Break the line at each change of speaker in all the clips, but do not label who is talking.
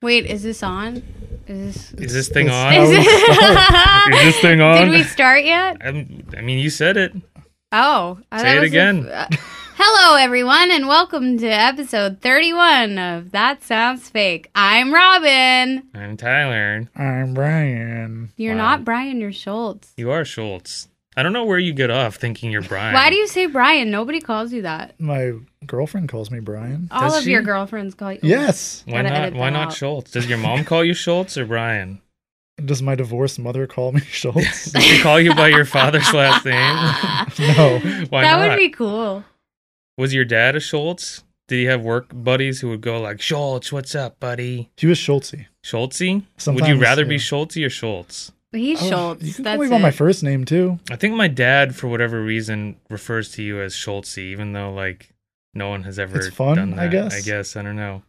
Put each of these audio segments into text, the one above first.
Wait, is this on? Is this?
Is this thing on?
Is
Is
it-
this thing
Did
on?
we start yet?
I'm- i mean, you said it.
Oh, I
Say
thought
it
was
again.
a- uh, hello, everyone, and welcome to episode 31 of That Sounds Fake. I'm Robin.
I'm Tyler.
I'm Brian.
You're
Wow.
not Brian. You're Schultz.
You are Schultz. I don't know where you get off thinking you're Brian.
Why do you say Brian? Nobody calls you that.
My girlfriend calls me Brian.
All
Does
of your
she?
girlfriends call you.
Yes.
Why
Gotta
not?
edit
Why
that
not
out.
Schultz? Does your mom call you Schultz or Brian?
Does my divorced mother call me Schultz?
Does she call you by your father's last name?
no.
Why
that
not?
would be cool.
Was your dad a Schultz? Did he have work buddies who would go like Schultz? What's up, buddy?
She was Schultzy.
Schultzy? would you
Sometimes,
rather be
yeah.
Schultzy or Schultz?
He's
Oh,
Schultz.
You can
That's
call me
it.
by my first name too.
I think my dad, for whatever reason, refers to you as Schultzy, even though like no one has ever
It's fun,
done that.
I guess.
I guess I don't know,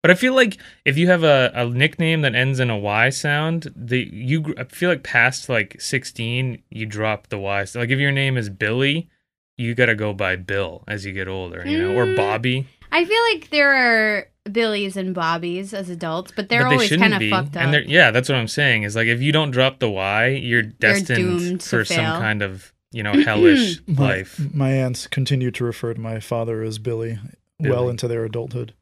but I feel like if you have a, a nickname that ends in a Y sound, the you gr- I feel like past like sixteen, you drop the Y. So, like if your name is Billy, you gotta go by Bill as you get older, you know, or
Mm.
Bobby.
I feel like there are Billies and Bobbies as adults, but they're
but
always
they
kind
shouldn't
of
be.
fucked up.
And they're, yeah, that's what I'm saying. Is like if you don't drop the Y, you're destined
doomed to
for some
fail.
kind of you know hellish
My,
life.
My aunts continue to refer to my father as Billy, well
Billy.
into their adulthood.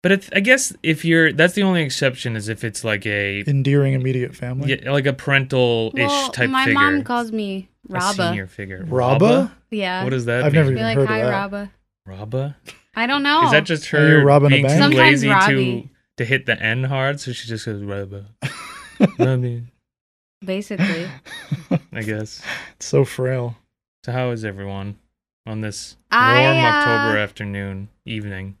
But if, I guess if you're, that's the only exception is if it's like a,
Endearing immediate family.
yeah, like a parental ish
well,
type
my
figure.
mom calls me
A
Rabba.
senior figure.
Rabba?
Yeah.
What does that
I've
mean?
never
Be
even
like,
heard
hi,
of that.
Rabba.
Rabba?
I don't know.
Is that just
Are you
her
Robin a
being
bank?
too
Oh. Sometimes
lazy to,
Robbie.
to hit the N hard? So she just goes, Rabba. Rabbi,
basically?
I guess.
It's so frail.
So how is everyone on this warm
I, uh,
October afternoon, evening?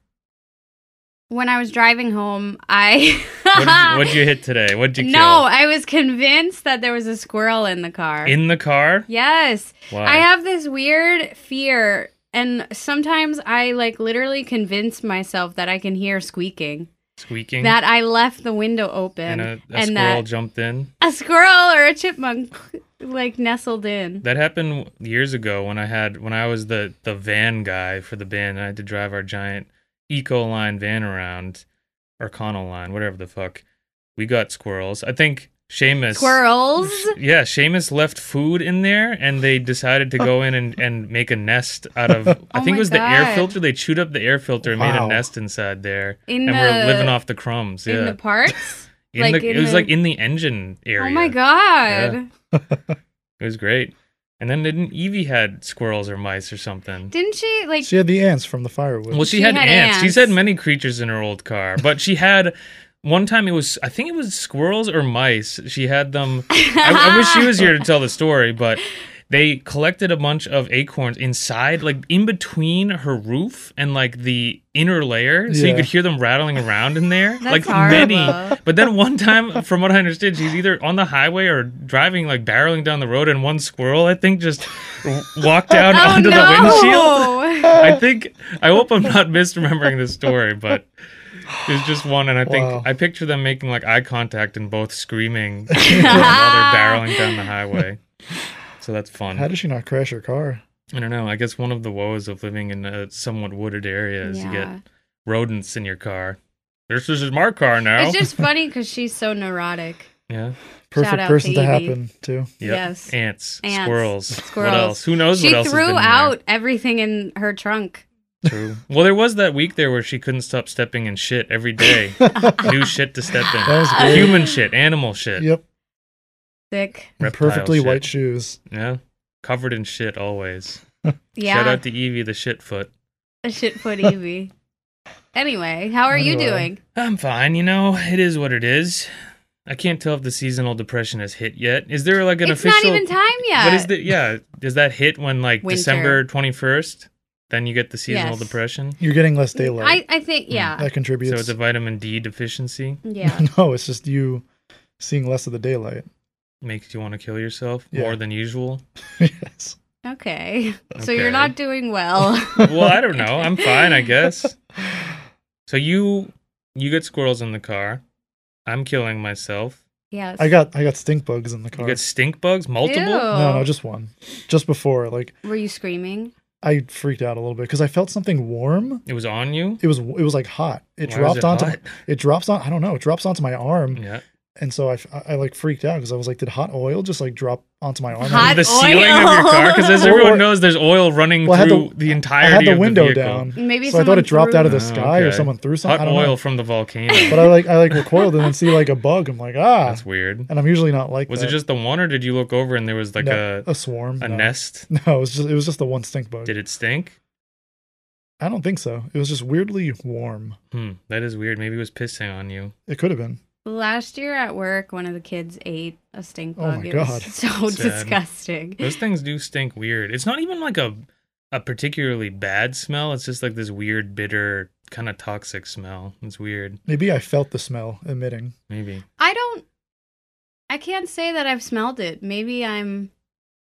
When I was driving home, I
What did, what'd you hit today? What'd you kill?
No, I was convinced that there was a squirrel in the car.
In the car?
yes.
Wow.
I have this weird fear and sometimes I like literally convince myself that I can hear squeaking.
Squeaking.
That I left the window open
and a, a
and
squirrel
that
jumped in.
a squirrel or a chipmunk like nestled in.
That happened years ago when I had when I was the the van guy for the band. and I had to drive our giant Eco Line van around, or Connell Line, whatever the fuck. We got squirrels. I think Seamus.
Squirrels?
Yeah, Seamus left food in there, and they decided to go in and, and make a nest out of. I
Oh
think
my
it was the air
God.
filter. They chewed up the air filter and made a
Wow.
nest inside there,
In
and
the
we're living off the crumbs.
in
Yeah,
the parks?
In
like,
the-
in
it was
the-
like in the engine area.
Oh my god.
Yeah. it was great. And then didn't Evie had squirrels or mice or something?
Didn't she like
She had the ants from the firewood.
Well, she,
She
had,
had
ants. She's had
ants.
many creatures in her old car, but she had one time it was I think it was squirrels or mice. She had them. I, I wish she was here to tell the story, but they collected a bunch of acorns inside, like in between her roof and like the inner layer, so you
Yeah.
could hear them rattling around in there,
That's
like many.
horrible.
But then one time, from what I understood, she's either on the highway or driving, like barreling down the road, and one squirrel I think just walked down
oh
onto
no!
the windshield.
Ah!
I think I hope I'm not misremembering this story, but there's just one, and I think
Wow.
I picture them making like eye contact and both screaming while they're barreling down the highway. So that's fun.
How did she not crash her car?
I don't know. I guess one of the woes of living in a somewhat wooded area is you
Yeah.
get rodents in your car. This is my car now.
It's just funny because she's so neurotic.
yeah.
Perfect
out
person
to
to
Evie.
happen to.
Yep.
Yes.
Ants,
Ants,
Squirrels.
squirrels.
What else? Who knows
she
what else? has been
threw
in there?
out everything in her trunk.
True. Well, there was that week there where she couldn't stop stepping in shit every day. New shit to step in.
That was great.
Human shit, animal shit.
Yep.
Sick.
And
Reptile
perfectly
shit.
white shoes.
Yeah. Covered in shit always.
Yeah.
Shout out to Evie the shit foot.
a shit foot Evie. Anyway, how are you
Anyway.
doing?
I'm fine, you know, it is what it is. I can't tell if the seasonal depression has hit yet. Is there like an
it's
official
not even time yet.
What is the yeah, does that hit when like
Winter.
December 21st? Then you get the seasonal
Yes.
depression.
You're getting less daylight.
I, I
Mm,
think yeah.
that
So
contributes.
it's a vitamin D deficiency
yeah.
no, it's just you seeing less of the daylight.
makes you want to kill yourself
Yeah.
more than usual.
yes.
Okay. So you're
Okay.
not doing well.
well, I don't know. I'm fine, I guess. So you you get squirrels in the car. I'm killing myself.
yes.
I got I got stink bugs in the car.
You get stink bugs, multiple.
Ew.
no, no, just one. Just before, like
Were you screaming?
I freaked out a little bit because I felt something warm.
It was on you.
It was it was like hot. It
Why was
dropped
it
onto
hot? Mm.
it drops on. I don't know. It drops onto my arm,
Yeah.
and so I, I, like freaked out because I was like, did hot oil just like drop onto my arm?
Hot
the ceiling of your car because as
oil.
everyone knows there's oil running
Well, I had
through
the-
the
I
entirety
had the
of
window
vehicle.
down,
Maybe
so I thought it dropped out of the
threw-
sky
Oh,
or
okay.
someone threw something.
hot
I don't
oil
know.
from the volcano
But I like I like recoiled and then see like a bug. I'm like ah,
that's weird
and I'm usually not like
was
that.
it just the one or did you look over and there was like
No,
a
swarm?
a
no.
nest
No, it was just it was just the one stink bug.
did it stink
I don't think so. It was just weirdly warm.
hmm that is weird maybe it was pissing on you
It could have been.
Last year at work, one of the kids ate a stink
Oh
bug.
my
it
God.
was so
Sad.
disgusting.
those things do stink weird it's not even like a a particularly bad smell it's just like this weird bitter kind of toxic smell it's weird
Maybe I felt the smell emitting.
maybe
I don't. I can't say that I've smelled it. Maybe I'm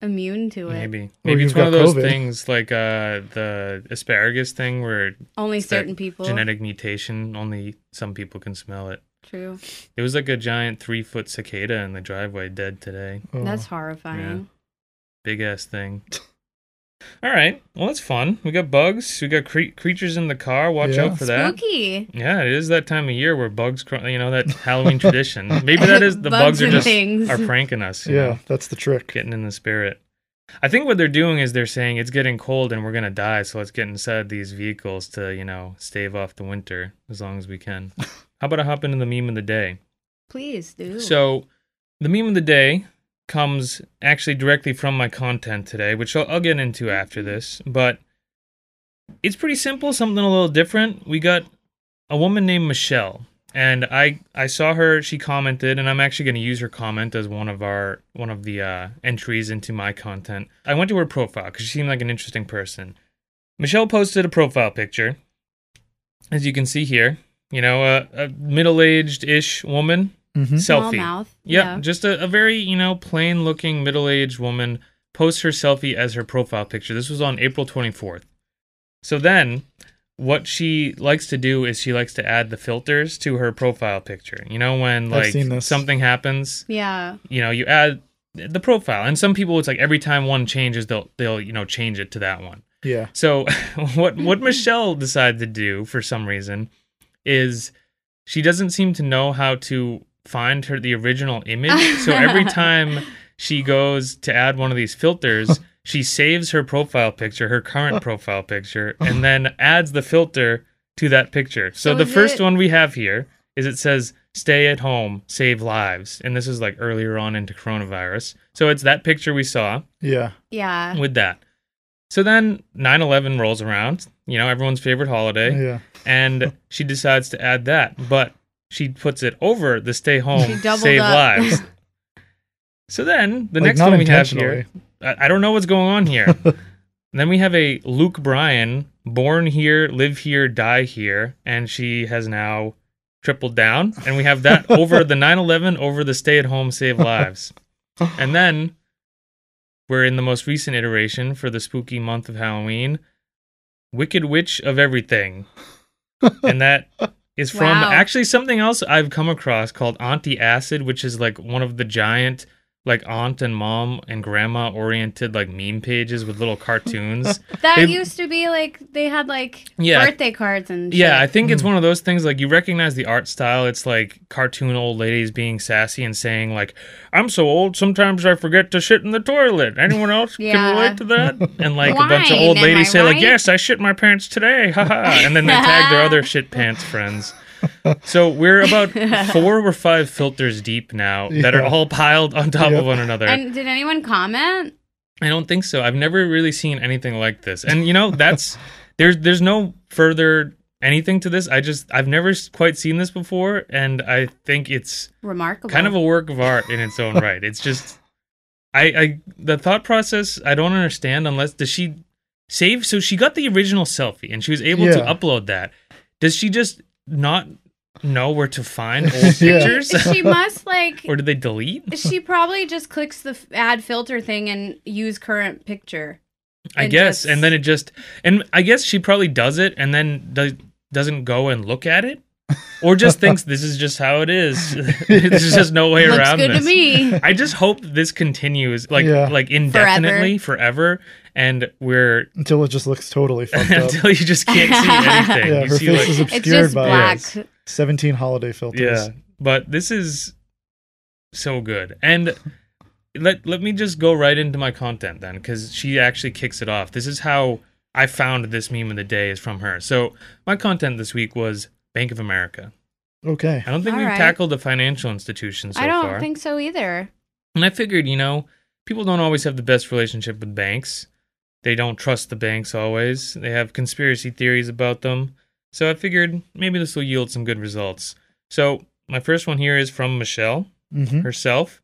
immune to it.
maybe maybe it's
you've
one of
got
those
COVID.
things like uh the asparagus thing where
Only
It's that
certain people.
genetic mutation only some people can smell it
True.
There was like a giant three foot cicada in the driveway dead today.
Oh.
That's horrifying.
Big ass thing. All right. Well, that's fun. We got bugs. We got cre- creatures in the car. Watch
Yeah.
out for that.
Spooky.
Yeah, it is that time of year where bugs, cr- you know, that Halloween tradition. Maybe that is the
Bugs
bugs, are
and
just
things.
are pranking us. you
yeah,
know,
that's the trick.
getting in the spirit. I think what they're doing is they're saying it's getting cold and we're gonna die, so let's get inside these vehicles to you know stave off the winter as long as we can. How about I hop into the meme of the day?
Please do.
So, the meme of the day comes actually directly from my content today, which I'll, I'll get into after this. But it's pretty simple, something a little different. We got a woman named Michelle, and I I saw her. She commented, and I'm actually going to use her comment as one of our one of the uh, entries into my content. I went to her profile because she seemed like an interesting person. Michelle posted a profile picture, as you can see here. You know, a, a middle-aged ish woman
hmm
Small
selfie.
mouth.
Yep,
Yeah.
just a, a very, you know, plain looking middle aged woman posts her selfie as her profile picture. This was on April 24th. So then, what she likes to do is she likes to add the filters to her profile picture. You know, when
I've
like
seen this.
something happens,
Yeah.
you know, you add the profile. And some people, it's like every time one changes, they'll, they'll you know, change it to that one.
Yeah.
So what what Michelle decided to do for some reason is she doesn't seem to know how to find her the original image. So every time she goes to add one of these filters, she saves her profile picture, her current profile picture, and then adds the filter to that picture. So,
So
the
is
first
it-
one we have here is it says stay at home, save lives. And this is like earlier on into coronavirus. So it's that picture we saw
Yeah.
Yeah.
with that. So then 9 11 rolls around, you know, everyone's favorite holiday,
Yeah.
and she decides to add that, but she puts it over the stay
She
home,
doubled
save
up.
lives. So then the
Like,
next
not
one we have here,
intentionally.
I, I don't know what's going on here. then we have a Luke Bryan, born here, live here, die here, and she has now tripled down. And we have that over the 9 11, over the stay at home, save lives. And then we're in the most recent iteration for the spooky month of Halloween. Wicked Witch of Everything. and that is from
Wow.
actually something else I've come across called Auntie Acid, which is like one of the giant like aunt and mom and grandma oriented like meme pages with little cartoons.
That
They-
used to be like they had like
Yeah.
birthday cards and
yeah, I
shit.
think it's one of those things like you recognize the art style. It's like cartoon old ladies being sassy and saying like, "I'm so old, sometimes I forget to shit in the toilet." Anyone else
Yeah.
can relate to that? And like a bunch of
Wine,
old
am
ladies
I
say like,
right?
"Yes, I shit my pants today." Haha. And then they tag their other shit pants friends. So we're about four or five filters deep now that are
Yeah.
all piled on top
Yep.
of one another.
And did anyone comment?
I don't think so. I've never really seen anything like this. And you know, that's there's there's no further anything to this. I just I've never s- quite seen this before and I think it's
Remarkable.
kind of a work of art in its own right. It's just I I the thought process I don't understand unless does she save so she got the original selfie and she was able to
Yeah.
upload that. Does she just not know where to find old
Yeah.
pictures
she must like
or did they delete?
she probably just clicks the f- add filter thing and use current picture.
I
and
guess,
just-
and then it just, and I guess she probably does it, and then does doesn't go and look at it, or just thinks this is just how it is. There's just no way
Looks
around
good
this.
to me.
I just hope this continues like
Yeah.
like indefinitely forever, and we're
until it just looks totally fucked up.
until you just can't see anything.
yeah,
you
her
see,
face
like-
is
It's
obscured
just
by
black.
Yes.
seventeen holiday filters.
yeah, but this is so good. And let let me just go right into my content then, because she actually kicks it off. This is how I found this meme of the day is from her. So my content this week was Bank of America.
Okay.
I don't think
All
we've
right.
tackled the financial institution so
I don't
far.
think so either.
And I figured, you know, people don't always have the best relationship with banks. They don't trust the banks always. They have conspiracy theories about them. So I figured maybe this will yield some good results. So my first one here is from Michelle
hmm
herself.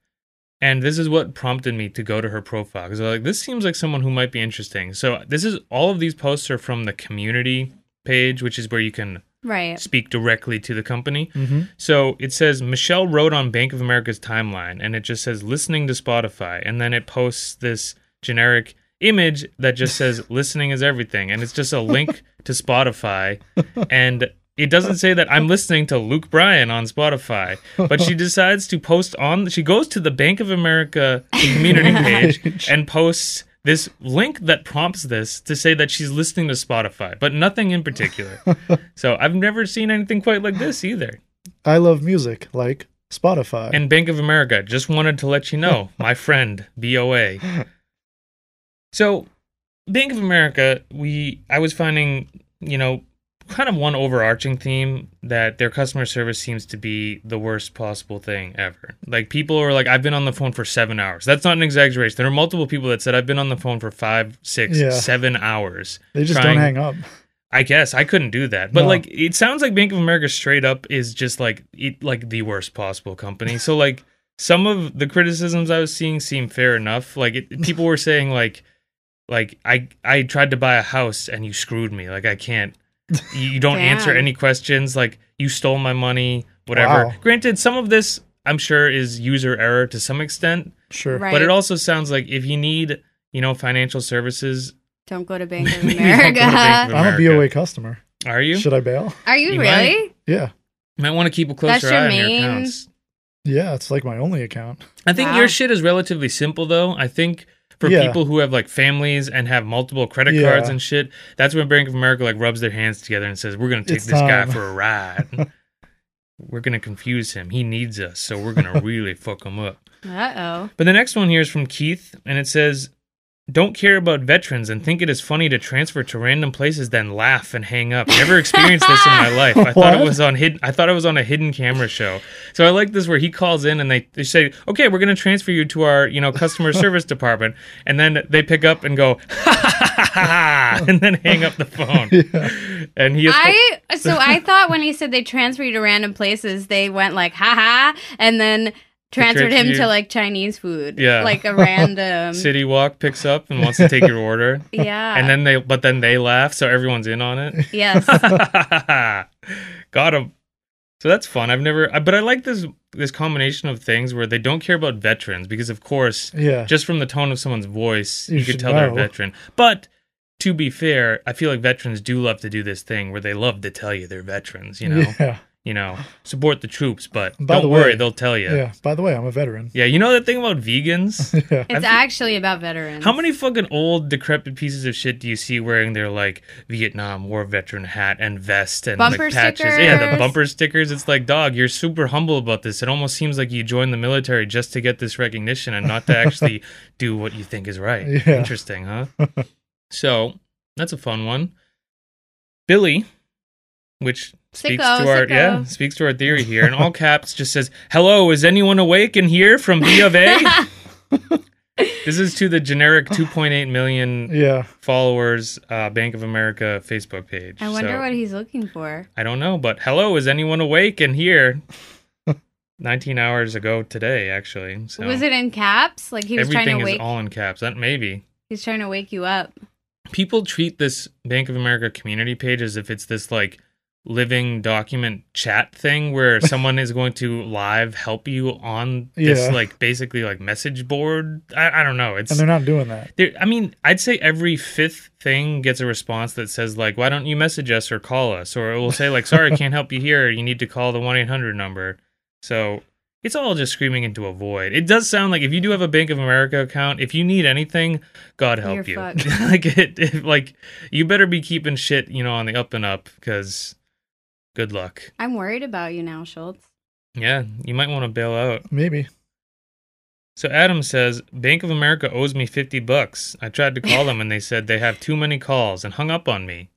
And this is what prompted me to go to her profile because I was like, this seems like someone who might be interesting. So this is all of these posts are from the community page, which is where you can
Right.
speak directly to the company.
hmm
So it says Michelle wrote on Bank of America's timeline, and it just says listening to Spotify, and then it posts this generic image that just says listening is everything, and it's just a link to Spotify, and it doesn't say that I'm listening to Luke Bryan on Spotify, but she decides to post on. She goes to the Bank of America community page and posts this link that prompts this to say that she's listening to Spotify, but nothing in particular. so I've never seen anything quite like this either.
I love music like Spotify.
And Bank of America, just wanted to let you know, my friend, BOA. So, Bank of America, we I was finding, you know, kind of one overarching theme that their customer service seems to be the worst possible thing ever. Like people are like, I've been on the phone for seven hours. That's not an exaggeration. There are multiple people that said I've been on the phone for five, six, seven
Yeah.
hours.
they just
trying-
don't hang up.
I guess I couldn't do that. But
No.
like it sounds like Bank of America straight up is just like it, like the worst possible company. So like some of the criticisms I was seeing seem fair enough. Like it, people were saying like like I I tried to buy a house and you screwed me. Like I can't you you don't answer
Damn.
any questions like you stole my money whatever.
Wow.
Granted some of this I'm sure is user error to some extent,
Sure.
Right.
but it also sounds like if you need, you know, financial services,
Don't go to Bank of
Maybe don't go to Bank of
America.
I'm a
America.
BOA customer.
are you?
Should I bail?
Are you,
You might.
really?
Yeah.
Might want to keep a
That's
closer
your
eye on
main-
your accounts.
Yeah, it's like my only account.
I think
Wow.
your shit is relatively simple though. I think for
Yeah.
people who have like families and have multiple credit
Yeah.
cards and shit, that's when Bank of America like rubs their hands together and says, "We're gonna take
It's
this
time."
guy for a ride. we're gonna confuse him. He needs us, so we're gonna really fuck him up."
Uh oh.
But the next one here is from Keith, and it says, "Don't care about veterans and think it is funny to transfer to random places, then laugh and hang up. Never experienced this in my life. I thought it
What?
was on hidden. I thought it was on a hidden camera show. So I like this where he calls in and they, they say, "Okay, we're gonna transfer you to our you know customer service department," and then they pick up and go, "Ha ha ha ha," and then hang up the phone.
Yeah.
And he, is,
I so I thought when he said they transfer you to random places, they went like haha and then transferred him
you-
to like Chinese food.
Yeah.
Like a random
City Walk picks up and wants to take your order,
Yeah.
and then they, but then they laugh, so everyone's in on it.
Yes.
Got him. So that's fun. I've never, I- but I like this this combination of things where they don't care about veterans because, of course,
Yeah.
just from the tone of someone's voice,
You
you, could
should
tell they're a
know.
veteran. But to be fair, I feel like veterans do love to do this thing where they love to tell you they're veterans. You know,
yeah.
you know, support the troops, but
By
don't
the
worry,
way-
they'll tell you.
Yeah. By the way, I'm a veteran.
yeah. You know that thing about vegans.
yeah.
It's actually about veterans.
How many fucking old decrepit pieces of shit do you see wearing their like Vietnam War veteran hat and vest and
Bumper
like patches? Yeah, the
stickers.
bumper stickers. It's like, dog, you're super humble about this. It almost seems like you joined the military just to get this recognition and not to actually do what you think is right.
Yeah.
Interesting, huh? so that's a fun one. Billy, which speaks
Sicko,
to our
sicko.
yeah speaks to our theory here in all caps just says hello is anyone awake in here from b of a this is to the generic 2.8 million
Yeah.
followers uh, Bank of America Facebook page.
I wonder
So,
what he's looking for.
I don't know, but hello, is anyone awake in here? 19 hours ago today, actually. So
Was it in caps? Like he was
everything
trying to
is
wake
all in caps. That maybe
he's trying to wake you up.
people treat this Bank of America community page as if it's this like living document chat thing where someone is going to live help you on this
Yeah.
like basically like message board. I, I don't know. It's
and they're not doing that.
there, I mean, I'd say every fifth thing gets a response that says like, "Why don't you message us or call us?" Or it will say like, "Sorry, can't help you here. You need to call the one eight hundred number." So it's all just screaming into a void. It does sound like if you do have a Bank of America account, if you need anything, God help
You're
you.
fucked.
like it, it, like you better be keeping shit, you know, on the up and up because good luck.
I'm worried about you now, Schultz.
Yeah, you might want to bail out.
Maybe.
So Adam says, Bank of America owes me 50 bucks. I tried to call them and they said they have too many calls and hung up on me.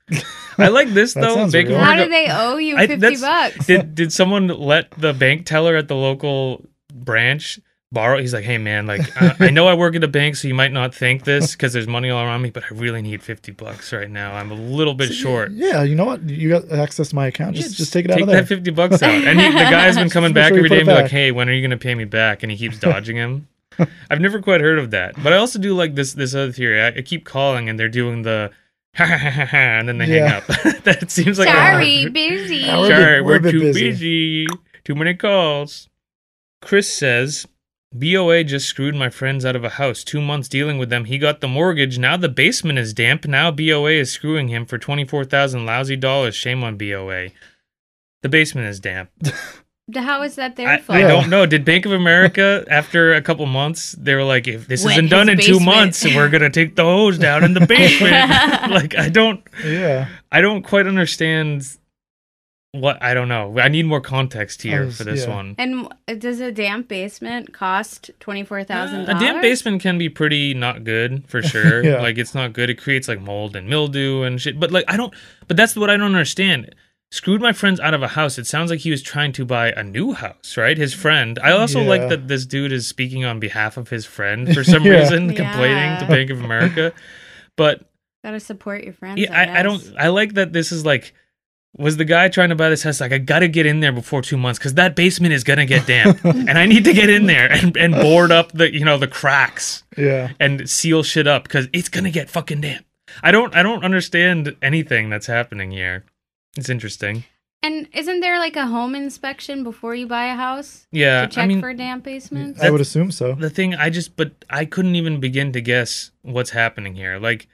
I like this
That
though.
sounds
Bank of
real.
How
America.
do they owe you
I-
50
that's-
bucks?
did did someone let the bank teller at the local branch borrow? He's like, "Hey man, like uh, I know I work at a bank, so you might not think this cuz there's money all around me, but I really need 50 bucks right now. I'm a little bit short."
Yeah, you know what? You got access to my account.
Yeah,
Just just take it out
take
of there.
that 50 bucks out. And he, the guy's been coming
Just
back
make sure you
every
put
day
it
and be like,
back.
hey, when are you going to pay me back? And he keeps dodging him. I've never quite heard of that. But I also do like this this other theory. I, I keep calling and they're doing the ha ha ha ha, ha and then they
Yeah.
hang up. that seems like a-
Sorry, busy.
Sorry, We're a bit-
Sorry,
we're
we're,
a bit
too busy.
busy.
Too many calls. Chris says, BOA just screwed my friends out of a house. Two months dealing with them. He got the mortgage. Now the basement is damp. Now BOA is screwing him for 24000 lousy dollars. Shame on BOA. The basement is damp.
How is that their
I,
fault?
I don't know. Did Bank of America, after a couple months, they were like, if this
Wet
isn't
his
done in two
basement.
months, we're going to take the hose down in the basement? like, I don't.
Yeah.
I don't quite understand what I don't know. I need more context here
I was-
for this
Oh, yeah.
one.
And w- does a damp basement cost $24,000?
A damp basement can be pretty not good for sure.
Yeah.
Like it's not good. It creates like mold and mildew and shit. But like I don't. But that's what I don't understand. Screwed my friends out of a house. It sounds like he was trying to buy a new house, right? His friend. I also
Yeah.
like that this dude is speaking on behalf of his friend for some
Yeah.
reason, complaining
Yeah.
to Bank of America. But
Gotta support your friends.
yeah, I, I
guess.
don't. I like that this is like. Was the guy trying to buy this house like I gotta get in there before two months because that basement is gonna get damp and I need to get in there and, and board up the you know the cracks
Yeah.
and seal shit up because it's gonna get fucking damp. I don't I don't understand anything that's happening here. It's interesting.
And isn't there like a home inspection before you buy a house
Yeah,
to check
I mean
for damp basements?
I would assume so.
the thing I just but I couldn't even begin to guess what's happening here. Like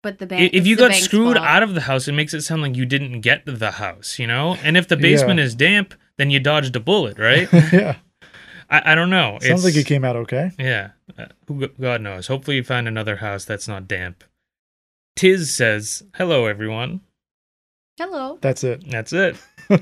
but the
I-
bank.
if you got screwed out of the house, it makes it sound like you didn't get the house, you know? And if the
Yeah.
basement is damp, then you dodged a bullet, right?
yeah.
I, I don't know.
Sounds like it came out okay.
Yeah. Uh, who g- God knows. Hopefully you find another house that's not damp. Tiz says, Hello, everyone.
Hello.
That's it.
That's it.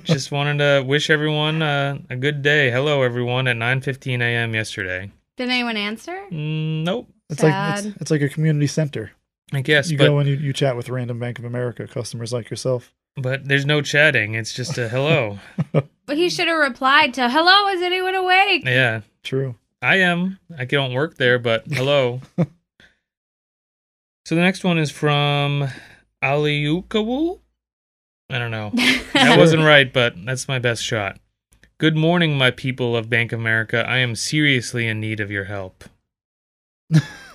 Just wanted to wish everyone uh, a good day. Hello, everyone, at 9.15 a.m. yesterday.
Did anyone answer?
Mm, nope.
It's like
Sad.
it's, it's like a community center.
I guess,
you
but,
go and you, you chat with random Bank of America customers like yourself.
but there's no chatting. It's just a hello.
But he should have replied to "Hello, is anyone awake?"
yeah.
True.
I am. I don't work there, but hello. so the next one is from Aliukawu. I don't know. That wasn't right, but that's my best shot. Good morning, my people of Bank of America. I am seriously in need of your help.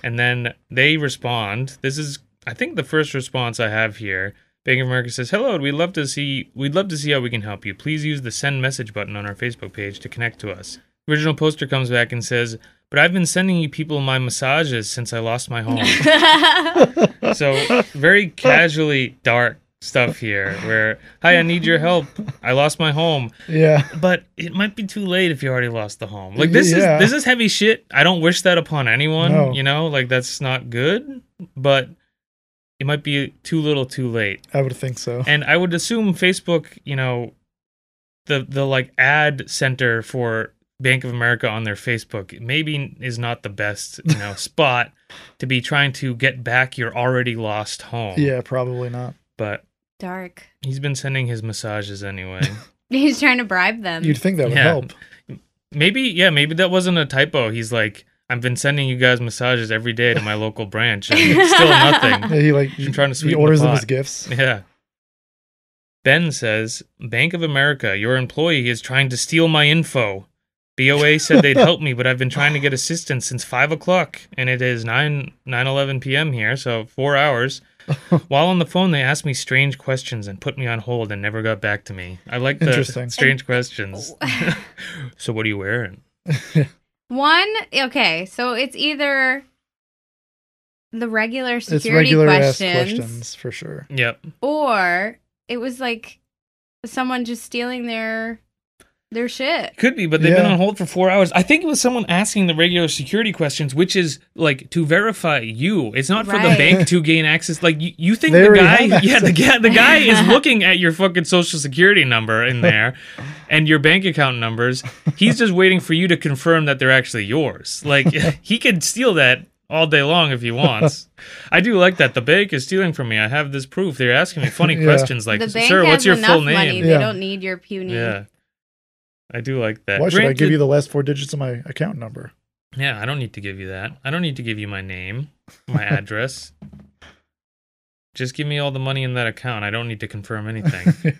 and then they respond. This is, I think, the first response I have here. Bank of America says, "Hello, we'd love to see we'd love to see how we can help you. Please use the send message button on our Facebook page to connect to us." Original poster comes back and says, "But I've been sending you people my massages since I lost my home." so very casually dark stuff here where hi i need your help i lost my home
Yeah.
but it might be too late if you already lost the home like this
Yeah.
is this is heavy shit i don't wish that upon anyone
No.
you know like that's not good but it might be too little too late
I would think so.
and I would assume Facebook, you know, the the like ad center for Bank of America on their Facebook maybe is not the best you know spot to be trying to get back your already lost home.
Yeah, probably not.
but
Dark.
he's been sending his massages anyway.
He's trying to bribe them.
You'd think that would
Yeah.
help.
maybe yeah, maybe that wasn't a typo. He's like, I've been sending you guys massages every day to my local branch, and it's still nothing.
Yeah, he like
You're trying to
he
sweeten the
orders them as
pot.
gifts.
Yeah. Ben says, Bank of America, your employee is trying to steal my info. BOA said they'd help me, but I've been trying to get assistance since five o'clock, and it is nine nine eleven p.m. here, so four hours. While on the phone, they asked me strange questions and put me on hold and never got back to me. I like the
Interesting.
strange questions. so, what are you wearing?
One, okay, so it's either the regular
It's
security
regular ass
questions,
questions for sure.
Yep.
or it was like someone just stealing their their shit.
Could be, but they've been
Yeah.
on hold for four hours. I think it was someone asking the regular security questions, which is like to verify you. It's not for the
Right.
bank to gain access. Like you, you think
They
the
already
guy,
have
yeah, the
access.
guy, the guy is looking at your fucking social security number in there, and your bank account numbers. He's just waiting for you to confirm that they're actually yours. Like he could steal that all day long if he wants. I do like that the bank is stealing from me. I have this proof. They're asking me funny
Yeah.
questions like,
the bank
"Sir,
has
what's your
enough
full name?"
money; they
Yeah.
don't need your puny.
Yeah. I do like that.
Why should I
Granted-
give you the last four digits of my account number?
Yeah, I don't need to give you that. I don't need to give you my name, my address. Just give me all the money in that account. I don't need to confirm anything.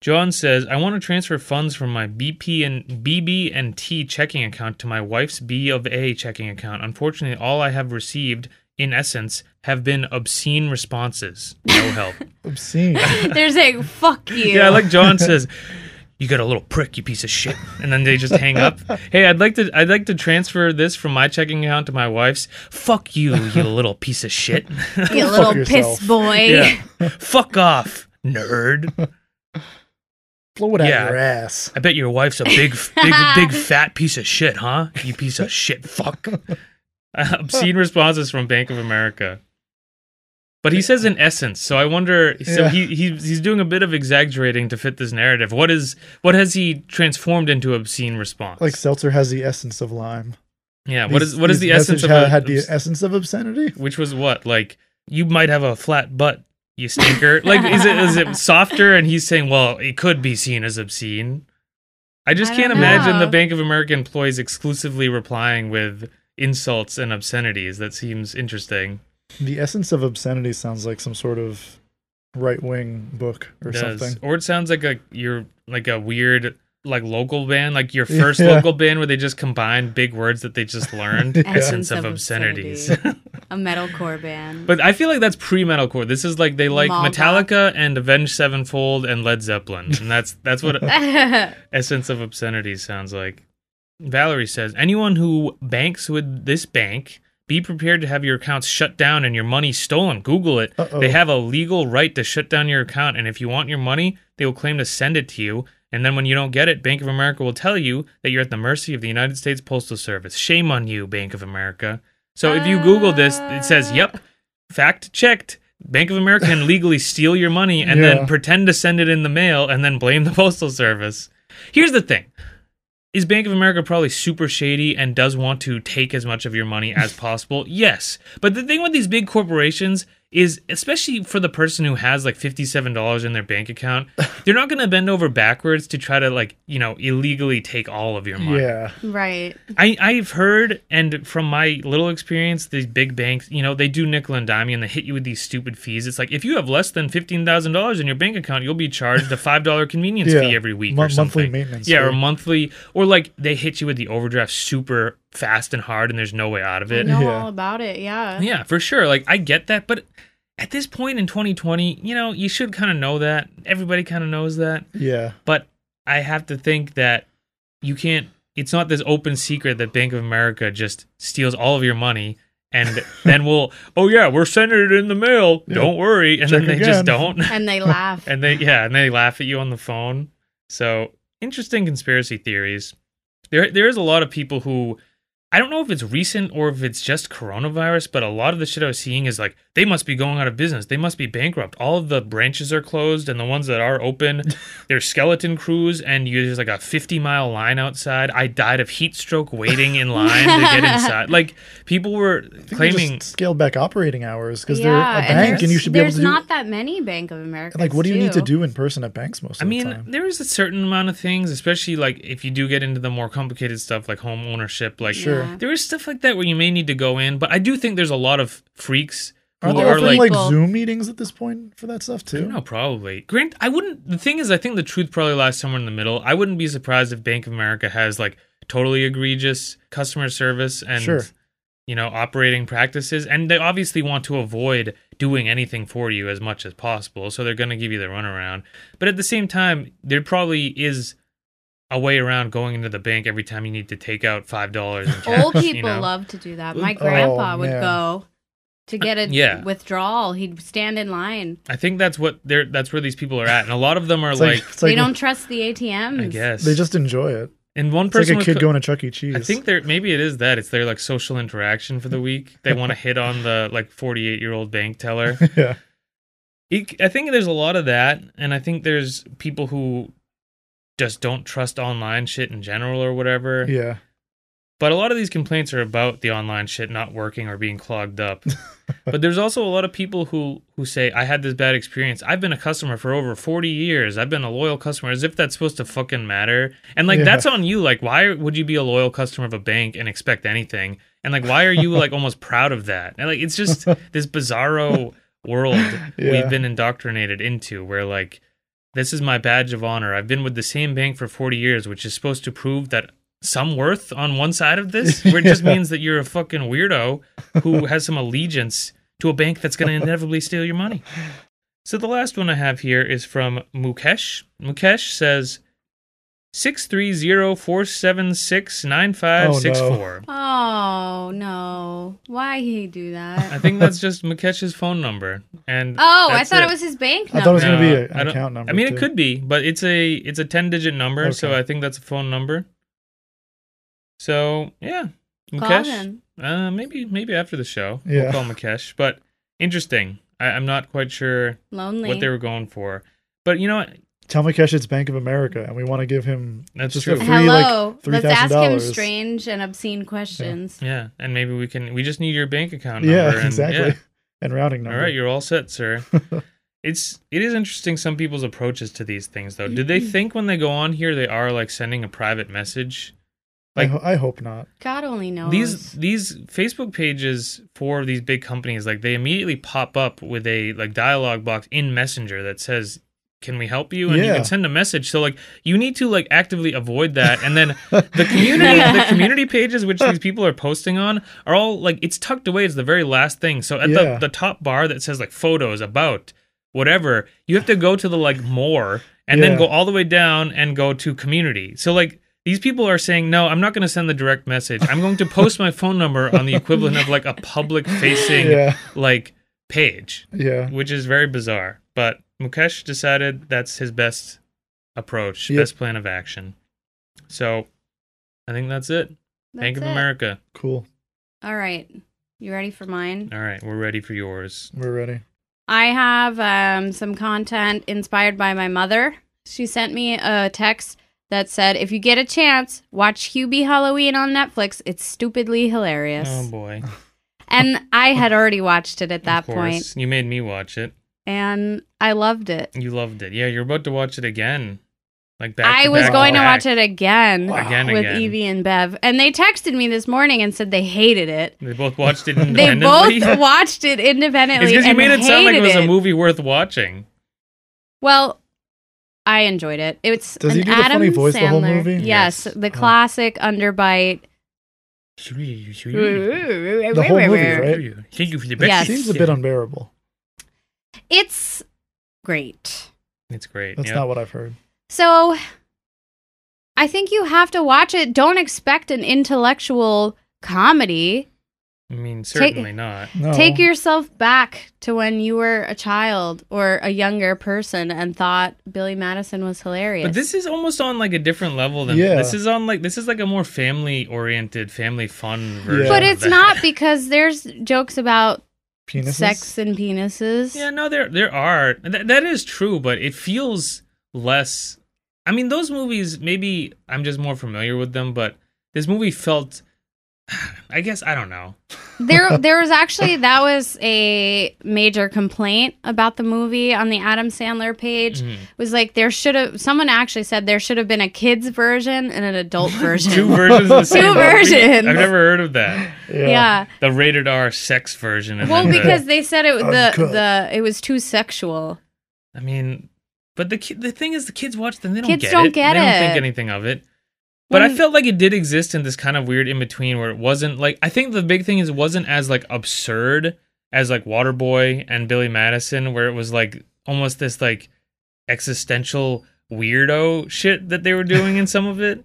John says, "I want to transfer funds from my BP and BB and T checking account to my wife's B of A checking account. Unfortunately, all I have received in essence have been obscene responses. No help."
Obscene.
They're saying "fuck you."
Yeah, like John says, "You got a little prick, you piece of shit," and then they just hang up. Hey, I'd like to, I'd like to transfer this from my checking account to my wife's. Fuck you, you little piece of shit.
you
Fuck
little
yourself.
piss boy.
yeah, fuck off, nerd.
Blow it out
Yeah.
your ass.
I bet your wife's a big, big, big fat piece of shit, huh? You piece of shit, fuck. Obscene responses from Bank of America. But he says in essence, so I wonder. So
Yeah.
he, he he's doing a bit of exaggerating to fit this narrative. What is what has he transformed into obscene response?
Like seltzer has the essence of lime.
Yeah. What
These-
is what is
these
the essence
message
of
had,
a,
had the essence of obscenity?
which was what like you might have a flat butt, you stinker. like is it is it softer? And he's saying, well, it could be seen as obscene. I just
I
can't
don't
imagine the
know.
Bank of America employees exclusively replying with insults and obscenities. That seems interesting.
The essence of obscenity sounds like some sort of right wing book or
Does.
something.
Or it sounds like a you're like a weird like local band, like your first
Yeah.
local band where they just combine big words that they just learned. Essence of obscenities.
a metalcore band.
But I feel like that's pre metalcore. This is like they like
Mall
Metallica and Avenged Sevenfold and Led Zeppelin, and that's that's what essence of obscenity sounds like. Valerie says, anyone who banks with this bank, be prepared to have your accounts shut down and your money stolen. Google it.
Uh-oh.
They have a legal right to shut down your account, and if you want your money, they will claim to send it to you. And then when you don't get it, Bank of America will tell you that you're at the mercy of the United States Postal Service. Shame on you, Bank of America. So if you Google this, it says, yep, fact checked. Bank of America can legally steal your money and then
Yeah.
pretend to send it in the mail and then blame the Postal Service. Here's the thing. Is Bank of America probably super shady and does want to take as much of your money as possible? yes. But the thing with these big corporations is, especially for the person who has like $57 in their bank account, they're not going to bend over backwards to try to, like, you know, illegally take all of your money.
Yeah.
right.
I, I've heard, and from my little experience, these big banks, you know, they do nickel and dime you and they hit you with these stupid fees. It's like if you have less than $15,000 in your bank account, you'll be charged a $5 convenience
Yeah.
fee every week
Mon-
or something.
monthly maintenance
Yeah,
fee.
or monthly. Or like they hit you with the overdraft super fast and hard and there's no way out of
I
it.
know
Yeah.
all about it. Yeah.
Yeah, for sure. Like I get that, but at this point in 2020, you know, you should kind of know that. Everybody kind of knows that
Yeah.
but I have to think that you can't. It's not this open secret that Bank of America just steals all of your money and then we'll. Oh yeah, we're sending it in the mail.
Yeah.
Don't worry, and then
Check
they just
again.
don't.
And they laugh.
And they yeah, and they laugh at you on the phone. So interesting conspiracy theories. There there is a lot of people who I don't know if it's recent or if it's just coronavirus, but a lot of the shit I was seeing is like they must be going out of business. They must be bankrupt. All of the branches are closed, and the ones that are open, they're skeleton crews, and you, there's like a 50 mile line outside. I died of heat stroke waiting in line to get inside. Like people were
I think they
claiming,
just scaled back operating hours because
yeah,
they're a bank
there's-
and, you should be able to
There's
do
not that many Bank of America.
like what do you need to do in person at banks most of
I mean,
the time?
there is a certain amount of things, especially like if you do get into the more complicated stuff like home ownership, like
Sure.
Yeah.
there is stuff like that where you may need to go in, but I do think there's a lot of freaks who
Aren't they
are
Or,
offering
like,
like,
people-
Zoom meetings at this point for that stuff too?
no, probably. Grant, I wouldn't. The thing is, I think the truth probably lies somewhere in the middle. I wouldn't be surprised if Bank of America has like totally egregious customer service and
Sure.
you know operating practices, and they obviously want to avoid doing anything for you as much as possible. So they're going to give you the runaround. But at the same time, there probably is a way around going into the bank every time you need to take out five dollars.
Old people
you know?
love to do that. My
Oh,
grandpa would
man.
go to get a
yeah.
withdrawal. He'd stand in line.
I think that's what they're. That's where these people are at, and a lot of them are
It's
like,
it's
they don't trust the ATMs.
I guess
They just enjoy it.
And one
It's like
person
a
was
kid
co-
going to Chuck E. Cheese.
I think they're maybe it is that it's their like social interaction for the week. They want to hit on the like forty eight year old bank teller.
yeah.
It- I think there's a lot of that, and I think there's people who just don't trust online shit in general or whatever.
Yeah.
But a lot of these complaints are about the online shit not working or being clogged up. but there's also a lot of people who who say I had this bad experience. I've been a customer for over 40 years. I've been a loyal customer as if that's supposed to fucking matter. And like
Yeah.
that's on you. Like why would you be a loyal customer of a bank and expect anything? And like why are you like almost proud of that? And like it's just this bizarro world
Yeah.
we've been indoctrinated into where like this is my badge of honor. I've been with the same bank for 40 years, which is supposed to prove that some worth on one side of this, where it just means that you're a fucking weirdo who has some allegiance to a bank that's going to inevitably steal your money. So the last one I have here is from Mukesh. Mukesh says 630-476-9564.
Oh no! Why he do
I
that?
think that's just Mukesh's phone number. And
Oh, I
that's
thought it was his bank
I thought it
number.
was going to be
No,
a-
I
an
don't-
account number.
I mean,
too.
it could be, but it's a it's a ten digit number, so
Okay.
I think that's a phone number. So yeah,
Call
Mukesh.
him.
Uh, maybe maybe after the show,
Yeah.
we'll call Mukesh. But interesting. I, I'm not quite sure
Lonely.
what they were going for, but you know what?
Tell Mikesh it's Bank of America, and we want to give him
That's
just
true.
a free
Hello.
like three
Let's ask
thousand
him
dollars.
strange and obscene questions.
Yeah, and maybe we can. We just need your bank account number.
Yeah,
and-
exactly.
yeah.
And routing number.
All right, you're all set, sir. it's it is interesting some people's approaches to these things though. Did they think when they go on here they are like sending a private message?
I,
Like
ho- I hope not.
God only knows.
these these Facebook pages for these big companies like they immediately pop up with a like dialogue box in Messenger that says can we help you and you
Yeah.
can send a message so like you need to like actively avoid that and then the community the community pages which these people are posting on are all like it's tucked away it's the very last thing so at
Yeah.
the, the top bar that says like photos about whatever you have to go to the like more and then
Yeah.
go all the way down and go to community so like these people are saying no i'm not going to send the direct message i'm going to post my phone number on the equivalent of like a public facing
Yeah,
like page
yeah.
which is very bizarre but mukesh decided that's his best approach
Yep.
best plan of action so i think that's it bank
That's
of
it.
america
Cool.
All right. You ready for mine?
all right we're ready for yours
We're ready.
I have um, some content inspired by my mother. She sent me a text that said, "If you get a chance, watch Hubie Halloween on Netflix. It's stupidly hilarious."
oh boy
and I had already watched it at
Of
that
course.
point,
you made me watch it
and I loved it.
You loved it. Yeah, you're about to watch it again. Like back.
I
to
was
back
going to
back.
watch it again
Again,
with
again.
Evie and Bev, and they texted me this morning and said they hated it.
They both watched it
They
Mm-hmm. independently.
both watched it
It's
independently
because you
and
made it
hated
sound like it was
it.
a movie worth watching.
Well, I enjoyed it. It's
Does
an
he do the
Adam
funny voice the
Sandler.
whole movie?
Yes,
Yes.
the
Oh.
classic underbite.
The whole movie, right?
Thank you for the
Yes.
Mm-hmm. Seems a bit unbearable.
It's great.
It's great.
That's
yeah.
not what I've heard.
So I think you have to watch it. Don't expect an intellectual comedy.
I mean, certainly not.
No.
Take yourself back to when you were a child or a younger person and thought Billy Madison was hilarious.
But this is almost on like a different level than
Yeah.
this is on like this is like a more family oriented, family fun version.
but
of
it's
that.
not because there's jokes about
Penises?
sex and penises.
Yeah, no, there there are. That, that is true, but it feels less. I mean, those movies. Maybe I'm just more familiar with them, but this movie felt. I guess I don't know.
there there was actually that was a major complaint about the movie on the Adam Sandler page
Mhm.
was like there should have someone actually said there should have been a kids version and an adult version.
Two versions of the same
Two
movie?
versions.
I've never heard of that.
yeah.
The rated R sex version. and
Well,
then the-
because they said it the
Uncut.
the it was too sexual.
I mean, but the ki- the thing is, the kids watch them. They don't
Kids
get
don't
it.
get
they don't think
it.
anything of it. But I
When-
felt like it did exist in this kind of weird in between where it wasn't like I think the big thing is it wasn't as like absurd as like Waterboy and Billy Madison, where it was like almost this like existential weirdo shit that they were doing in some of it,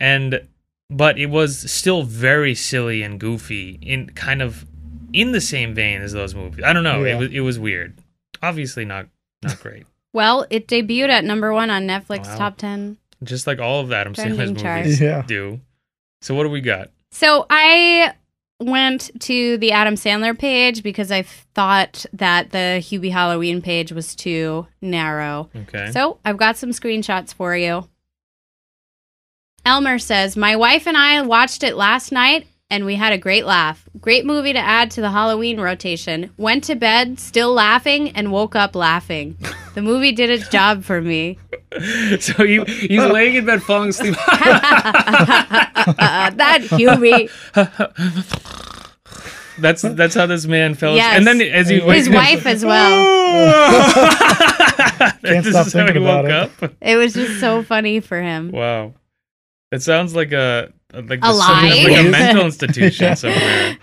and but it was still very silly and goofy in kind of in the same vein as those movies. I don't know.
Yeah.
It was it was weird. Obviously not not great.
Well, it debuted at number one on Netflix
Wow.
top 10.
Just like all of Adam Sandler's
Trending
movies
chart.
Yeah.
do. So what do we got?
So I went to the Adam Sandler page because I thought that the Hubie Halloween page was too narrow.
Okay.
So I've got some screenshots for you. Elmer says, My wife and I watched it last night and we had a great laugh. Great movie to add to the Halloween rotation. Went to bed still laughing and woke up laughing. The movie did its job for me.
so he he's laying in bed falling asleep.
Uh, that Hubie.
that's that's how this man fell. asleep.
Yes.
And then as he wakes
His
up-
wife as well.
stop
this is how he
thinking
woke
about
up.
It was just so funny for him.
Wow. That sounds like a like,
A
the- something-
lie?
like a mental institution somewhere.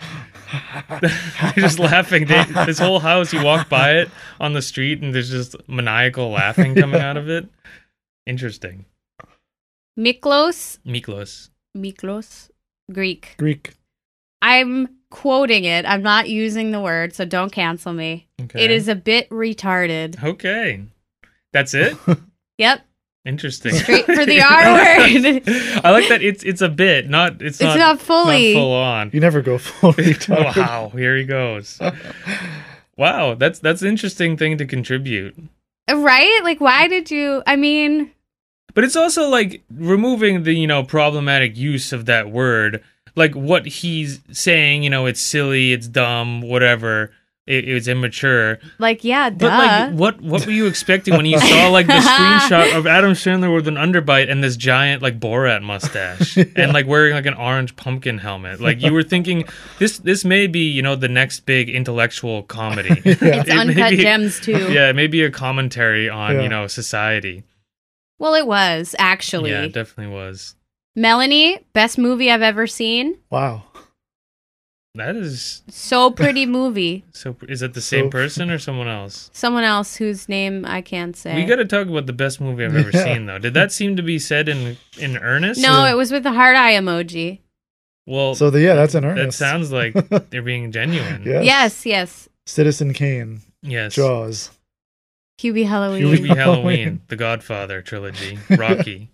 They're just laughing. They, this whole house, you walk by it on the street, and there's just maniacal laughing coming out of it. Interesting.
Miklos,
Miklos.
Miklos, Greek.
Greek.
I'm quoting it. I'm not using the word, so don't cancel me.
Okay.
It is a bit retarded.
Okay. That's it.
Yep,
Interesting.
straight for the R word. It's
I like that it's it's a bit, not it's,
not, fully.
full on.
You never go full retard.
wow, here he goes. Wow, that's that's an interesting thing to contribute.
Right? Like, why did you? I mean,
But it's also like removing the, you know, problematic use of that word. Like what he's saying, you know, it's silly, it's dumb, whatever. It, it's immature.
like, yeah, duh.
But like what what were you expecting when you saw like the screenshot of Adam Sandler with an underbite and this giant like Borat mustache and like wearing like an orange pumpkin helmet? Like you were thinking this this may be, you know, the next big intellectual comedy.
it's
it may
uncut
be-
gems, too.
Yeah, it may be a commentary on,
Yeah.
you know, society.
Well, it was, actually.
Yeah, it definitely was.
Melanie, best movie I've ever seen.
Wow.
That is
So pretty movie.
so. Is that the same
So-
person or someone else?
Someone else whose name I can't say.
We got to talk about the best movie I've ever
Yeah.
seen, though. Did that seem to be said in in earnest?
no, it was with the heart eye emoji.
Well,
So the, yeah, that's an
that
earnest.
sounds like they're being genuine.
Yeah.
Yes, yes.
Citizen Kane,
Yes.
Jaws.
Hubie
Hubie
Halloween.
Halloween. The Godfather trilogy, Rocky.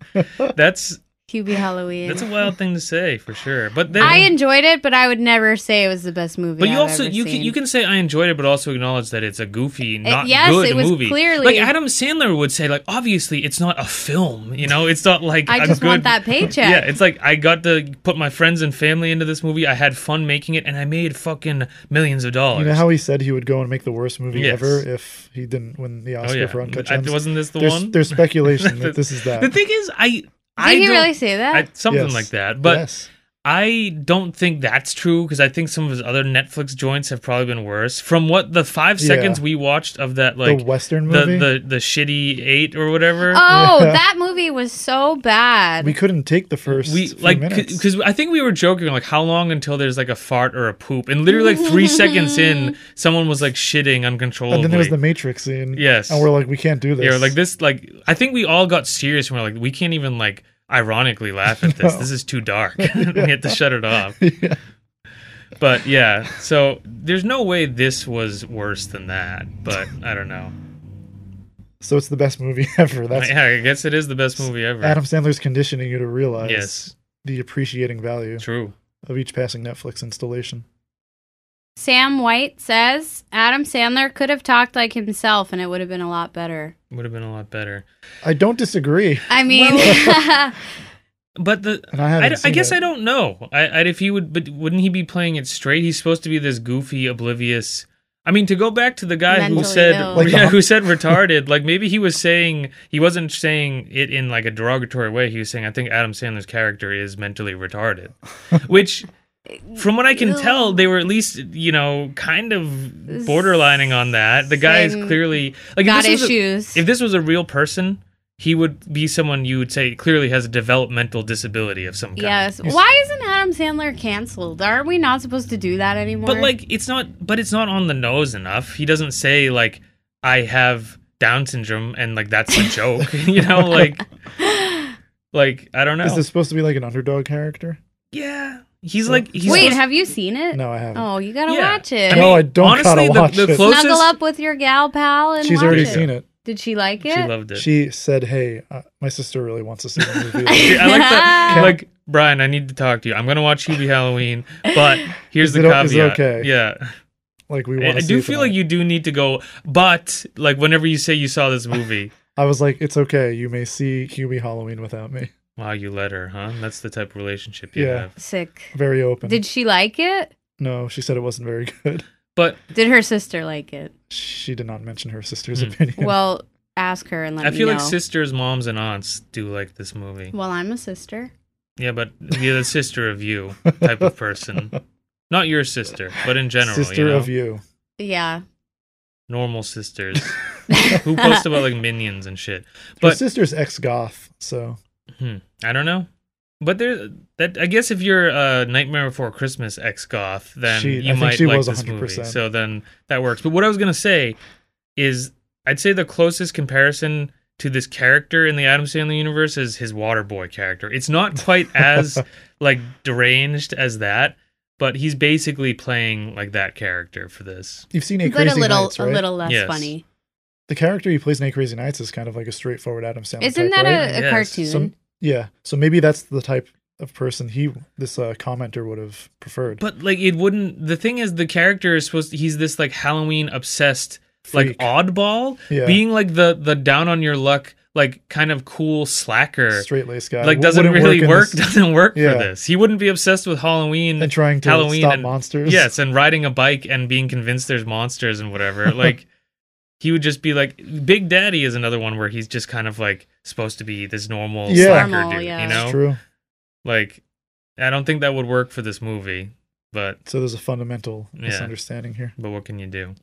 that's
Hubie Halloween.
that's a wild thing to say for sure. But then,
I enjoyed it, but I would never say it was the best movie.
but you
I've
also
ever
you can
seen.
you can say I enjoyed it, but also acknowledge that it's a goofy, not
yes,
good
it was
movie.
clearly-
like Adam Sandler would say, like obviously it's not a film. You know, it's not like
I
a
just
good
want that paycheck.
Yeah, it's like I got to put my friends and family into this movie. I had fun making it, and I made fucking millions of dollars.
You know how he said he would go and make the worst movie
Yes.
ever if he didn't win the
oh
Oscar
yeah,
for Uncut
I-
Gems?
wasn't this the
there's,
one?
there's speculation that this is that.
the thing is, I I
Did he
don't-
really say
I,
that?
something
Yes.
like that, but
yes.
I don't think that's true because I think some of his other Netflix joints have probably been worse. From what the five
Yeah.
seconds we watched of that, like
the Western
the
movie.
the, the shitty eight or whatever.
oh,
Yeah.
that movie was so bad.
we couldn't take the first
we
few
like
minutes.
because I think we were joking like how long until there's like a fart or a poop, and literally like three seconds in, someone was like shitting
and
uncontrollably.
Oh, then there was the Matrix scene.
Yes.
And we're like, we can't do this.
yeah, like this, like I think we all got serious and we're like, we can't even like ironically laugh at this. This is too dark. we had to shut it off.
Yeah.
But yeah, so there's no way this was worse than that. But I don't know.
So it's the best movie ever. That's
yeah, I guess it is the best movie ever.
Adam Sandler's conditioning you to realize
yes,
the appreciating value
true.
of each passing Netflix installation.
Sam White says Adam Sandler could have talked like himself, and it would have been a lot better.
Would have been a lot better.
I don't disagree.
I mean,
But the
And I
I,
haven't
d- I
seen
guess
it.
I don't know. I, I if he would, but wouldn't he be playing it straight? He's supposed to be this goofy, oblivious. I mean, to go back to the guy
Mentally
who said
ill.
Like
yeah,
the-
who said retarded. Like maybe he was saying he wasn't saying it in like a derogatory way. He was saying I think Adam Sandler's character is mentally retarded, which. From what I can tell, they were at least, you know, kind of borderlining on that. The guy is
Saying
clearly like if
got
this was a-
issues.
if this was a real person, he would be someone you would say clearly has a developmental disability of some kind.
yes. Why isn't Adam Sandler canceled? Aren't we not supposed to do that anymore?
But like it's not but it's not on the nose enough. He doesn't say like I have Down syndrome and like that's a joke. you know, like like I don't know.
Is this supposed to be like an underdog character?
yeah. He's like he's
wait,
supposed-
have you seen it?
No, I haven't.
Oh, you gotta
Yeah.
watch it.
I
no,
mean,
I don't
honestly,
gotta
the-
watch
the
it.
closest-
Snuggle up with your gal pal and
She's
watch
already
it.
seen it.
Did she like it?
she loved it.
She said, "Hey, uh, my sister really wants to see the movie.
I like that.
Okay.
Like Brian, I need to talk to you. I'm gonna watch Hubie Halloween, but here's
Is
the
it o-
caveat.
is it okay?
Yeah,
Like we
I
want."
I
to
do feel like you do need to go, but like whenever you say you saw this movie,
I was like, "It's okay. You may see Hubie Halloween without me."
wow, you let her, huh? That's the type of relationship you
Yeah.
have.
Sick.
Very open.
Did she like it?
no, she said it wasn't very good.
But
Did her sister like it?
She did not mention her sister's
Hmm.
opinion.
Well, ask her and let
I
me
feel
know.
like sisters, moms, and aunts do like this movie.
well, I'm a sister.
Yeah, but you're the sister of you type of person. Not your sister, but in general,
sister
you know?
of you.
Yeah.
normal sisters who post about like minions and shit.
her
But
sister's ex goth, so
Hmm. I don't know. But there, that I guess if you're uh, Nightmare Before Christmas ex goth, then
She- I
you
think
might
she
like
was
this movie.
100%.
So then that works. But what I was gonna say is, I'd say the closest comparison to this character in the Adam Sandler universe is his Waterboy character. It's not quite as like deranged as that, but he's basically playing like that character for this.
you've seen Eight
but
Crazy
a little
Nights, right?
a little less
Yes.
funny.
The character he plays in Eight Crazy Nights is kind of like a straightforward Adam Sandler.
Isn't
type,
that
right?
a, a
Yes.
cartoon?
Some- yeah? So maybe that's the type of person he, this uh, commenter, would have preferred.
But like it wouldn't. The thing is, the character is supposed. To, he's this like Halloween obsessed, like
Freak.
oddball,
Yeah.
being like the the down on your luck, like kind of cool slacker.
Straight laced guy,
Like
Wou-
doesn't
wouldn't
really
in
work.
this-
doesn't work
Yeah.
for this. He wouldn't be obsessed with Halloween.
and trying to
Halloween
stop
and-
monsters.
yes, and riding a bike and being convinced there's monsters and whatever. Like he would just be like Big Daddy is another one where he's just kind of like supposed to be this normal
Yeah.
slacker
Normal,
dude.
yeah.
You
it's
know,
true.
like I don't think that would work for this movie. But
So there's a fundamental
Yeah.
misunderstanding here.
but what can you do?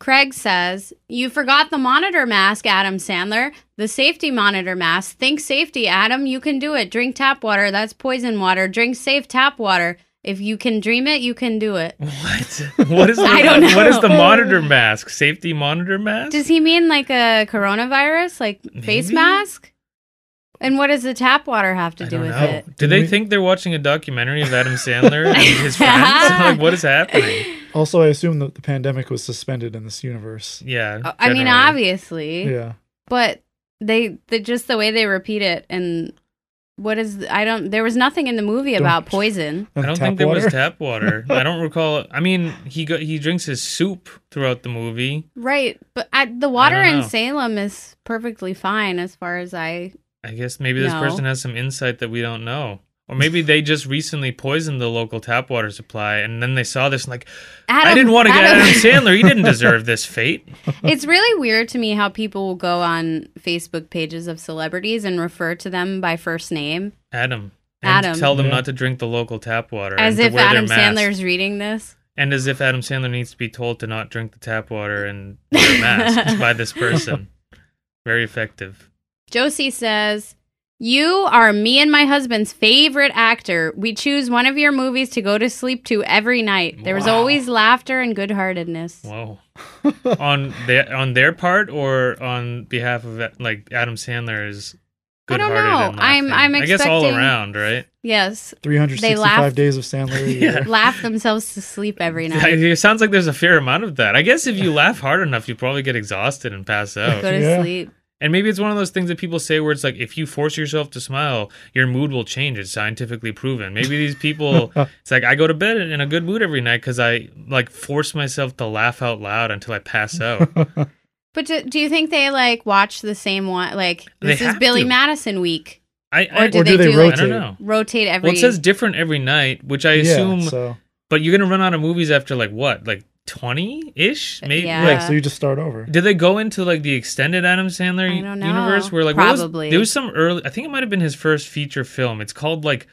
Craig says, You forgot the monitor mask, Adam Sandler. The safety monitor mask. Think safety, Adam. You can do it. Drink tap water. That's poison water. Drink safe tap water. If you can dream it, you can do it.
What? What is the,
I don't know.
what is the monitor mask? Safety monitor mask?
Does he mean like a coronavirus, like face
Maybe?
mask? And what does the tap water have to
I
do
don't
with
know.
it?
Do they
We-
think they're watching a documentary of Adam Sandler and his friends? like, what is happening?
Also, I assume that the pandemic was suspended in this universe.
Yeah.
Uh, I mean,
generally.
obviously,
Yeah,
but they, the, just the way they repeat it and what is, I don't, there was nothing in the movie about poison.
I
And
don't
tap
think there was
water?
tap water. I don't recall. I mean, he go, he drinks his soup throughout the movie.
Right, but I, the water in
know.
Salem is perfectly fine as far as I.
I guess maybe this
No.
person has some insight that we don't know. Or maybe they just recently poisoned the local tap water supply and then they saw this and like,
Adam,
I didn't want to get Adam
Adam-
Sandler. He didn't deserve this fate.
it's really weird to me how people will go on Facebook pages of celebrities and refer to them by first name,
Adam. And
Adam.
Tell them
Yeah.
not to drink the local tap water.
as
and
if
to wear
Adam
their mask.
Sandler's reading this.
And as if Adam Sandler needs to be told to not drink the tap water and wear a mask by this person. Very effective.
Josie says, "You are me and my husband's favorite actor. We choose one of your movies to go to sleep to every night. There was
Wow.
always laughter and good-heartedness."
Whoa. on their on their part or on behalf of like Adam Sandler is
I
good
don't
hearted.
know.
And
I'm-
laughing.
I'm
I guess all
expecting-
around, right?
Yes,
365
laughed.
days of Sandler. a
Yeah.
year.
laugh themselves to sleep every night.
It sounds like there's a fair amount of that. I guess if you laugh hard enough, you probably get exhausted and pass out.
Go to
Yeah.
sleep.
And maybe it's one of those things that people say where it's like, if you force yourself to smile, your mood will change. It's scientifically proven. Maybe these people, it's like, I go to bed in a good mood every night because I like force myself to laugh out loud until I pass out.
But do, do you think they like watch the same one? Like
They
this is
have
Billy
to.
Madison week.
I, I,
Or do
or do
they
they,
do,
I
like-
rotate?
don't know.
Rotate every.
Well, it says different every night, which I
Yeah,
assume,
so
but you're going to run out of movies after like what, like 20 ish? Maybe.
Uh, Yeah.
Like,
so you just start over.
did they go into like the extended Adam Sandler
I don't know.
universe where like what was-
Probably.
there was some early I think it might have been his first feature film. It's called like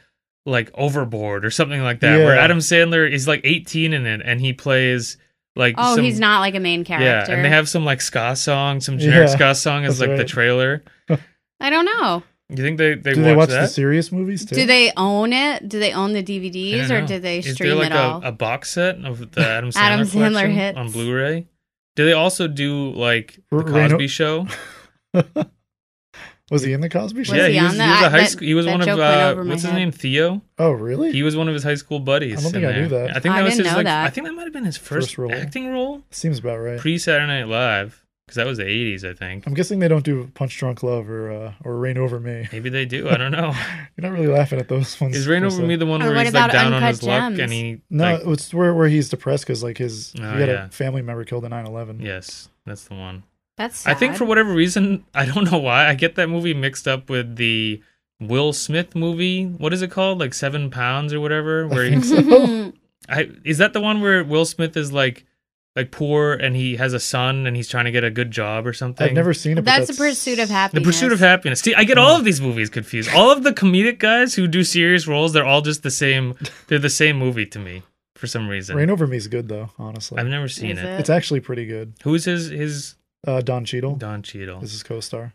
like Overboard or something like that where
Yeah.
Adam Sandler is like 18 in it and he plays like
oh,
some,
he's not like a main
yeah,
character.
and they have some like ska song, some generic
Yeah,
ska song as
that's
like the
right.
trailer.
I don't know.
You think they they,
Do
watch,
they watch the
that?
serious movies too?
Do they own it? Do they own the
I don't
DVDs or
know.
do they
Is
stream
there like
it all?
a, a box set of the Adam Sandler,
Adam Sandler
collection
hits.
on Blu-ray? Do they also do like the
R- Reno-
Cosby Show?
was he in the Cosby Show?
Was
yeah,
he
he, was,
on
he
that?
was
I-
a high
that-
school. He was
that
one of
joke went
uh,
over my
what's his
head.
name? Theo.
Oh, really?
He was one of his high school buddies.
I don't think
in
I knew
there.
that.
I think
I
that was
didn't
his
know
like.
that.
I think that might have been his first,
First role.
acting role
Seems about right.
pre Saturday Night Live because that was the eighties, I think.
I'm guessing they don't do Punch Drunk Love or uh, or Rain Over Me.
Maybe they do. I don't know.
You're not really laughing at those ones.
Is Rain
per
Over
se.
Me the one
Or
where
what
he's like
about
down on
Uncut
his luck
Gems?
and he
No,
like,
it's where where he's depressed because like his
Oh,
he had
yeah.
a family member killed in 9/11.
yes, that's the one.
That's
I think
sad.
for whatever reason, I don't know why, I get that movie mixed up with the Will Smith movie. What is it called? Like Seven Pounds or whatever. Where
think
he,
so.
I is that the one where Will Smith is like like poor and he has a son and he's trying to get a good job or something.
I've never seen it. but
That's the pursuit of
The
happiness.
Pursuit of Happiness. See, I get all of these movies confused. All of the comedic guys who do serious roles, they're all just the same. They're the same movie to me for some reason.
Rain Over Me is good though. Honestly,
I've never seen
Is
it.
it?
it's actually pretty good.
Who's his his
Uh, Don Cheadle
Don Cheadle?
is his co-star.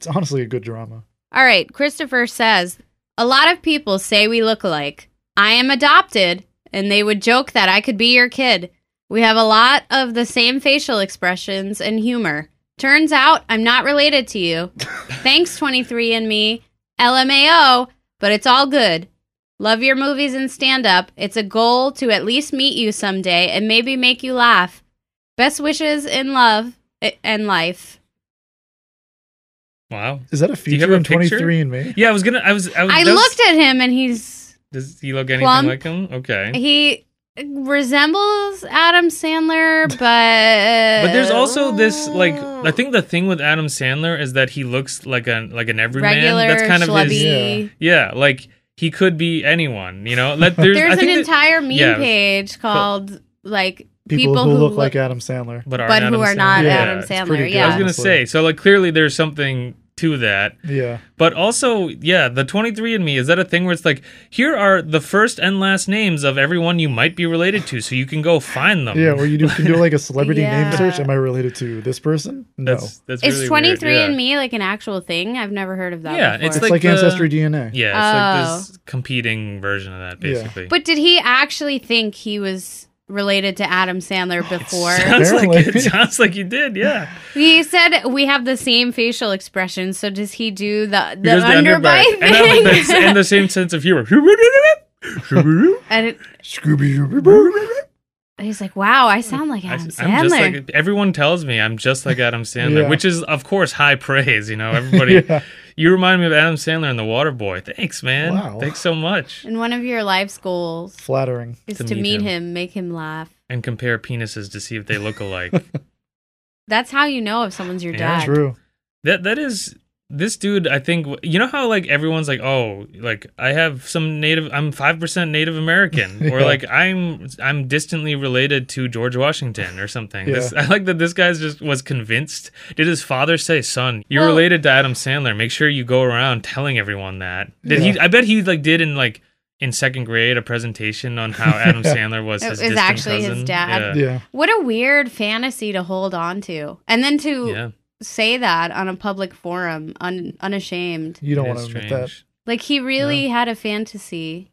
It's honestly a good drama.
All right, Christopher says a lot of people say we look alike. I am adopted, and they would joke that I could be your kid. We have a lot of the same facial expressions and humor. Turns out I'm not related to you. Thanks, 23andMe. LMAO, but it's all good. Love your movies and stand up. It's a goal to at least meet you someday and maybe make you laugh. Best wishes in love eh, and life.
Wow.
Is that a
you have
feature
a
in
picture?
23 and Me?
Yeah, I was gonna. I was. I, was,
I
that was-
looked at him and he's
Does he look anything
Plump.
like him? Okay.
he resembles Adam Sandler, but
But there's also this like
Oh.
I think the thing with Adam Sandler is that he looks like an like an everyman.
regular
That's kind of his
schlubby.
yeah. Like he could be anyone. You know. Like, there's, I
There's an
think that-
entire meme
yeah, it was-
page called like
People, who, look, like Adam Sandler.
but, aren't
but who
Adam
are not
Sandler.
Adam
Yeah.
pretty
Sandler.
good.
Yeah,
I was gonna say. So like clearly there's something to that.
Yeah,
But also, yeah, the 23andMe, is that a thing where it's like, here are the first and last names of everyone you might be related to, so you can go find them.
yeah. Where you do, can do like a celebrity
Yeah.
name search. Am I related to this person? No.
That's, that's
Is
really
twenty
weird,
three
yeah.
and me like an actual thing? I've never heard of that.
Yeah,
before.
it's
it's
like
like,
the-
ancestry DNA.
Yeah, it's
Oh.
like this competing version of that,
Yeah.
basically.
But did he actually think he was related to Adam Sandler before?
sounds like
Apparently.
it sounds like you did, yeah.
he said we have the same facial expression. So does he do the the
Here's
underbite
underbite. and,
thing?
uh, that's- and the same sense of humor.
And it-
Scooby Doo.
he's like, "Wow, I sound like
I,
Adam
am
Sandler."
just like everyone tells me I'm just like Adam Sandler,
Yeah.
which is of course high praise. You know, everybody.
Yeah.
You remind me of Adam Sandler in The Water Boy. Thanks, man.
Wow.
Thanks so much.
and one of your life's goals
Flattering.
is
To
to,
meet
meet,
him.
him. make him laugh.
And compare penises to see if they look alike.
That's how you know if someone's your
Yeah.
dad.
True.
that that is this dude. I think you know how like everyone's like, oh, like I have some native. I'm five percent Native American, or
Yeah.
like I'm I'm distantly related to George Washington or something. This, I like that this guy's just was convinced. Did his father say, son, you're
Well-
related to Adam Sandler? Make sure you go around telling everyone that. Did he?
Yeah.
I bet he like did in like. In second grade, a presentation on how Adam Sandler was
It was
his distant
actually his
cousin.
dad.
Yeah.
Yeah.
What a weird fantasy to hold on to, and then to
Yeah,
say that on a public forum, un- unashamed.
You don't
it
want to
is
admit that.
strange.
Like he really had a fantasy.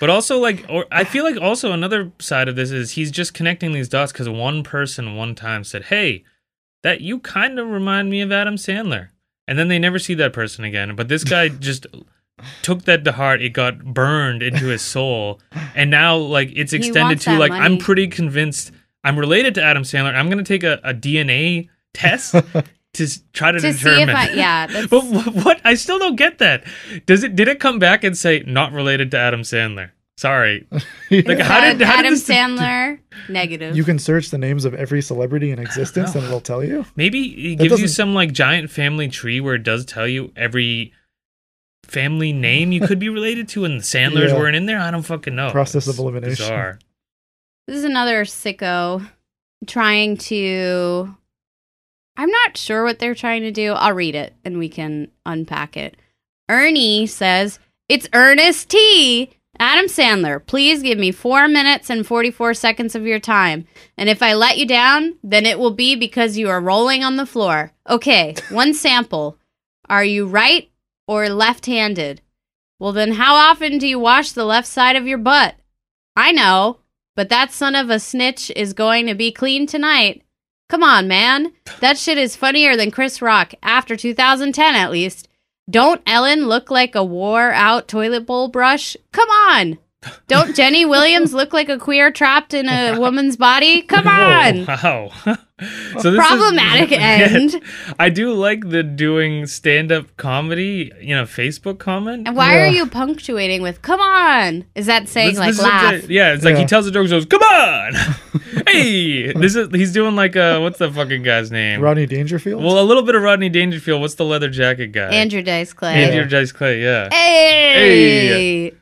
But also, like, or I feel like also another side of this is he's just connecting these dots because one person one time said, "Hey, that you kind of remind me of Adam Sandler," and then they never see that person again. But this guy just took that to heart. It got burned into his soul, and now like it's
He
extended
wants
to
that
like I'm
money.
pretty convinced I'm related to Adam Sandler. I'm gonna take a, a DNA test to s- try to,
To see
determine.
if I- yeah, that's-
but wh- what? I still don't get that. Does it? Did it come back and say not related to Adam Sandler? Sorry. Like, how did-
Uh,
how did
Adam
this-
Sandler negative?
You can search the names of every celebrity in existence and it'll tell you.
Maybe it
That
gives you
doesn't-
some like giant family tree where it does tell you every family name you could be related to, and the Sandlers
Yeah.
weren't in there. I don't fucking know.
Process of
It's
elimination.
Bizarre.
This is another sicko trying to. I'm not sure what they're trying to do. I'll read it and we can unpack it. Ernie says, It's Ernest T. Adam Sandler, please give me four minutes and 44 seconds of your time. And if I let you down, then it will be because you are rolling on the floor. Okay, one sample. Are you right? or left handed? Well, then how often do you wash the left side of your butt? I know, but that son of a snitch is going to be clean tonight. Come on, man. That shit is funnier than Chris Rock, after 2010 at least. Don't Ellen look like a wore out toilet bowl brush? Come on. Don't Jenny Williams look like a queer trapped in a woman's body? Come
Whoa,
on.
wow. so this is-
Problematic end.
I do like the doing stand-up comedy in a Facebook comment.
And why are
Yeah.
you punctuating with "come on"? Is that saying
This-
like
this is
laugh?
the- yeah, it's like he
Yeah.
tells the joke, he goes, "Come on, hey!" This is he's doing like uh, what's the fucking guy's name?
Rodney Dangerfield.
Well, a little bit of Rodney Dangerfield. What's the leather jacket guy?
Andrew Dice Clay.
Andrew Dice Clay. Yeah,
Hey.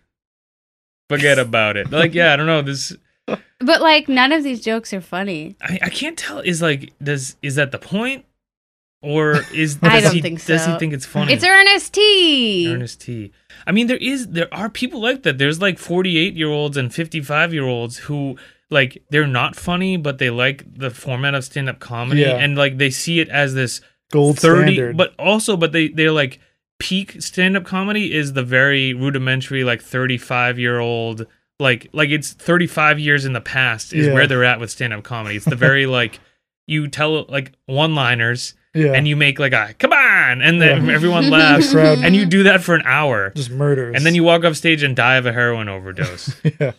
forget about it. Like, yeah, I don't know. This
But like none of these jokes are funny.
I, I can't tell. Is like does is that the point, or is
I
does
don't
he,
think
Does he
so.
think it's funny?
It's Ernest T.
Ernest T. I mean, there is there are people like that. There's like 48 year olds and 55 year olds who like they're not funny, but they like the format of stand up comedy,
Yeah.
and like they see it as this
Gold
30,
standard.
but also, but they they're like peak stand up comedy is the very rudimentary like 35 year old like like it's 35 years in the past is
Yeah.
where they're at with stand up comedy. It's the very like you tell like one liners
yeah,
and you make like a come on and then
Yeah.
everyone laughs
Crowd
and you do that for an hour
just murders.
and then you walk off stage and die of a heroin overdose
yeah,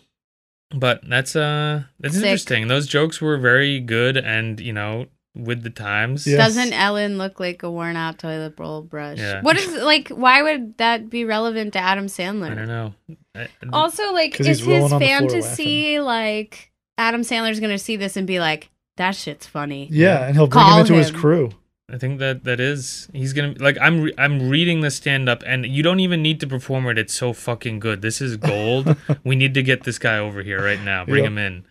but that's uh that's
Sick.
interesting those jokes were very good and you know with the times
Yeah. yes.
Doesn't Ellen look like a worn out toilet roll brush?
Yeah.
What is like? Why would that be relevant to Adam
i
Sandler?
don't know I-
Also, like,
'Cause
is
he's rolling
his
on the floor
fantasy like Adam Sandler's gonna see this and be like, "That shit's funny."
yeah, and he'll bring
Call
him into his
him.
crew.
I think that that is he's gonna like I'm re- I'm reading the stand up and you don't even need to perform it. It's so fucking good. This is gold. we need to get this guy over here right now. Bring
Yep.
him in,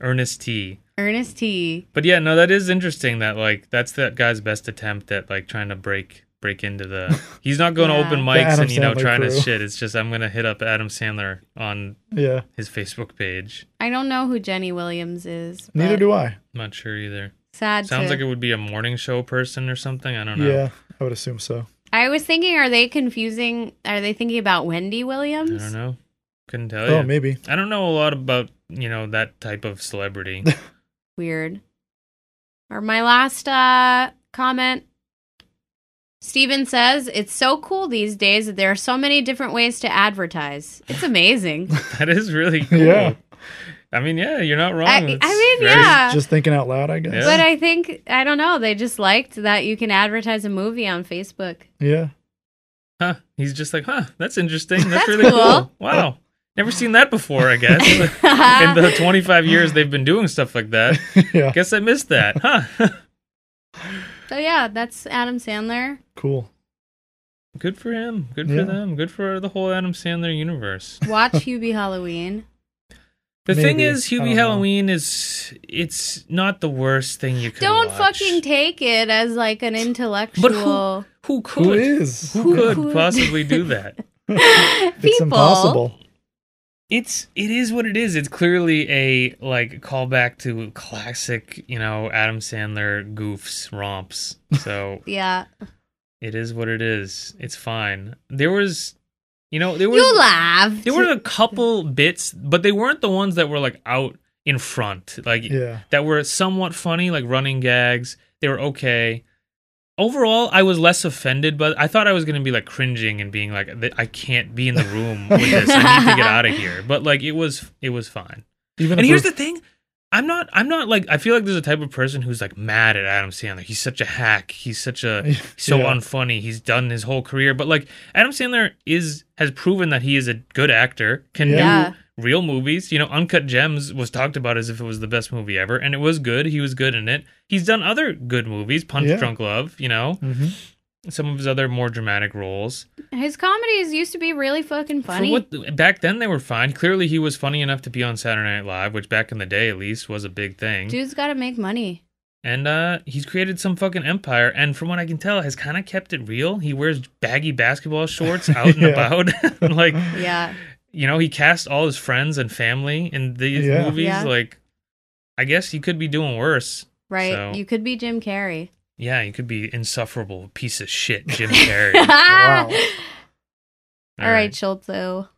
Ernest T.
Ernest T.
But yeah, no, that is interesting. That like that's that guy's best attempt at like trying to break break into the. He's not going to
Yeah.
open
The
mics
Adam
and you know
Sandler
trying to
crew.
shit. It's just I'm gonna hit up Adam Sandler on
Yeah,
his Facebook page.
I don't know who Jenny Williams is.
neither
but
do I.
I'm not sure either.
Sad.
Sounds
to-
like it would be a morning show person or something. I don't know.
Yeah, I would assume so.
I was thinking, are they confusing? Are they thinking about Wendy
I
Williams?
don't know. Couldn't tell
Oh,
you.
maybe.
I don't know a lot about you know that type of celebrity.
Weird. Or my last uh, comment. Steven says, it's so cool these days that there are so many different ways to advertise. It's amazing.
that is really cool.
Yeah.
I mean, yeah, you're not wrong.
I- I
It's
mean,
very-
yeah.
Just thinking out loud, I guess.
Uh, But uh, I think, I don't know, they just liked that you can advertise a movie on Facebook.
Yeah,
Huh. He's just like, huh, that's interesting. That's,
That's
really cool.
cool.
Wow. Never seen that before, I guess. In the 25 years they've been doing stuff like that.
yeah,
Guess I missed that. Huh.
so, yeah, that's Adam Sandler.
cool.
Good for him. Good for
Yeah.
them. Good for the whole Adam Sandler universe.
Watch Hubie Halloween.
The thing
Maybe.
is,
I
Hubie
don't know.
Halloween is it's not the worst thing you could
Don't
watch.
fucking take it as like an intellectual.
Who could?
Who is?
Who
Who
could
could?
possibly do that?
people.
It's impossible.
It's it is what it is. It's clearly a like callback to classic, you know, Adam Sandler goofs romps. So
Yeah.
it is what it is. It's fine. There was, you know, there was
You laughed.
there were a couple bits, but they weren't the ones that were like out in front, like
Yeah,
that were somewhat funny, like running gags. They were okay. Overall, I was less offended, but I thought I was going to be like cringing and being like, "Th- I can't be in the room with this. I need to get out of here. But like, it was it was fine.
even
And
if
here's
we're-
the thing. I'm not. I'm not like. I feel like there's a type of person who's like mad at Adam Sandler. He's such a hack. He's such a so
Yeah.
unfunny. He's done his whole career, but like Adam Sandler is has proven that he is a good actor, can
Yeah.
do real movies. You know, Uncut Gems was talked about as if it was the best movie ever, and it was good. He was good in it. He's done other good movies, Punch
Yeah.
Drunk Love. You know,
Mhm.
some of his other more dramatic roles.
His comedies used to be really fucking
For
funny.
what back then they were fine. Clearly, he was funny enough to be on Saturday Night Live, which back in the day at least was a big thing.
Dude's got to make money.
And uh, he's created some fucking empire, and from what I can tell, has kind of kept it real. He wears baggy basketball shorts out and
Yeah.
about. like,
Yeah.
you know, he cast all his friends and family in these
Yeah.
movies.
Yeah.
Like, I guess he could be doing worse.
Right.
So-
You could be Jim Carrey.
Yeah, you could be insufferable piece of shit, Jim Carrey.
Wow.
All right, Schultzo.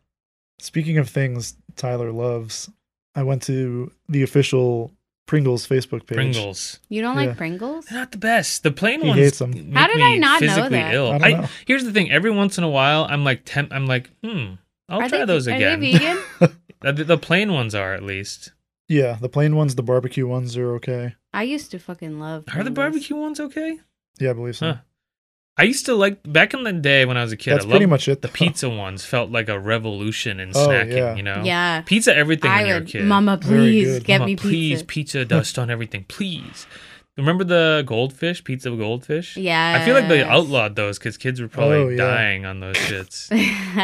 Speaking of things Tyler loves, I went to the official Pringles Facebook page.
Pringles.
You don't
Yeah.
like Pringles?
They're not the best. The plain
He
ones.
hates 'em.
How
make
did I
me
not know
physically
that?
Ill.
I don't know.
here's the thing. Every once in a while, I'm like, temp- I'm like, hmm, I'll
Are
try
they-
those
Are
again.
they vegan?
Uh, the, the plain ones are at least.
Yeah, the plain ones, the barbecue ones are okay.
I used to fucking love.
Are the
Mm.
Pringles.
barbecue ones okay?
Yeah, I believe so.
Huh. I used to like back in the day when I was a kid.
That's
I
pretty
loved
much it.
the
though.
pizza ones. Felt like a revolution in
Oh,
snacking.
yeah.
You know,
Yeah,
pizza everything
I
when you were a
would.
kid.
Mama,
Very
please
good.
get
Mama,
me
please
pizza.
pizza dust on everything, please. Remember the goldfish pizza goldfish?
Yeah.
I feel like they outlawed those because kids were probably
Oh, yeah.
dying on those shits.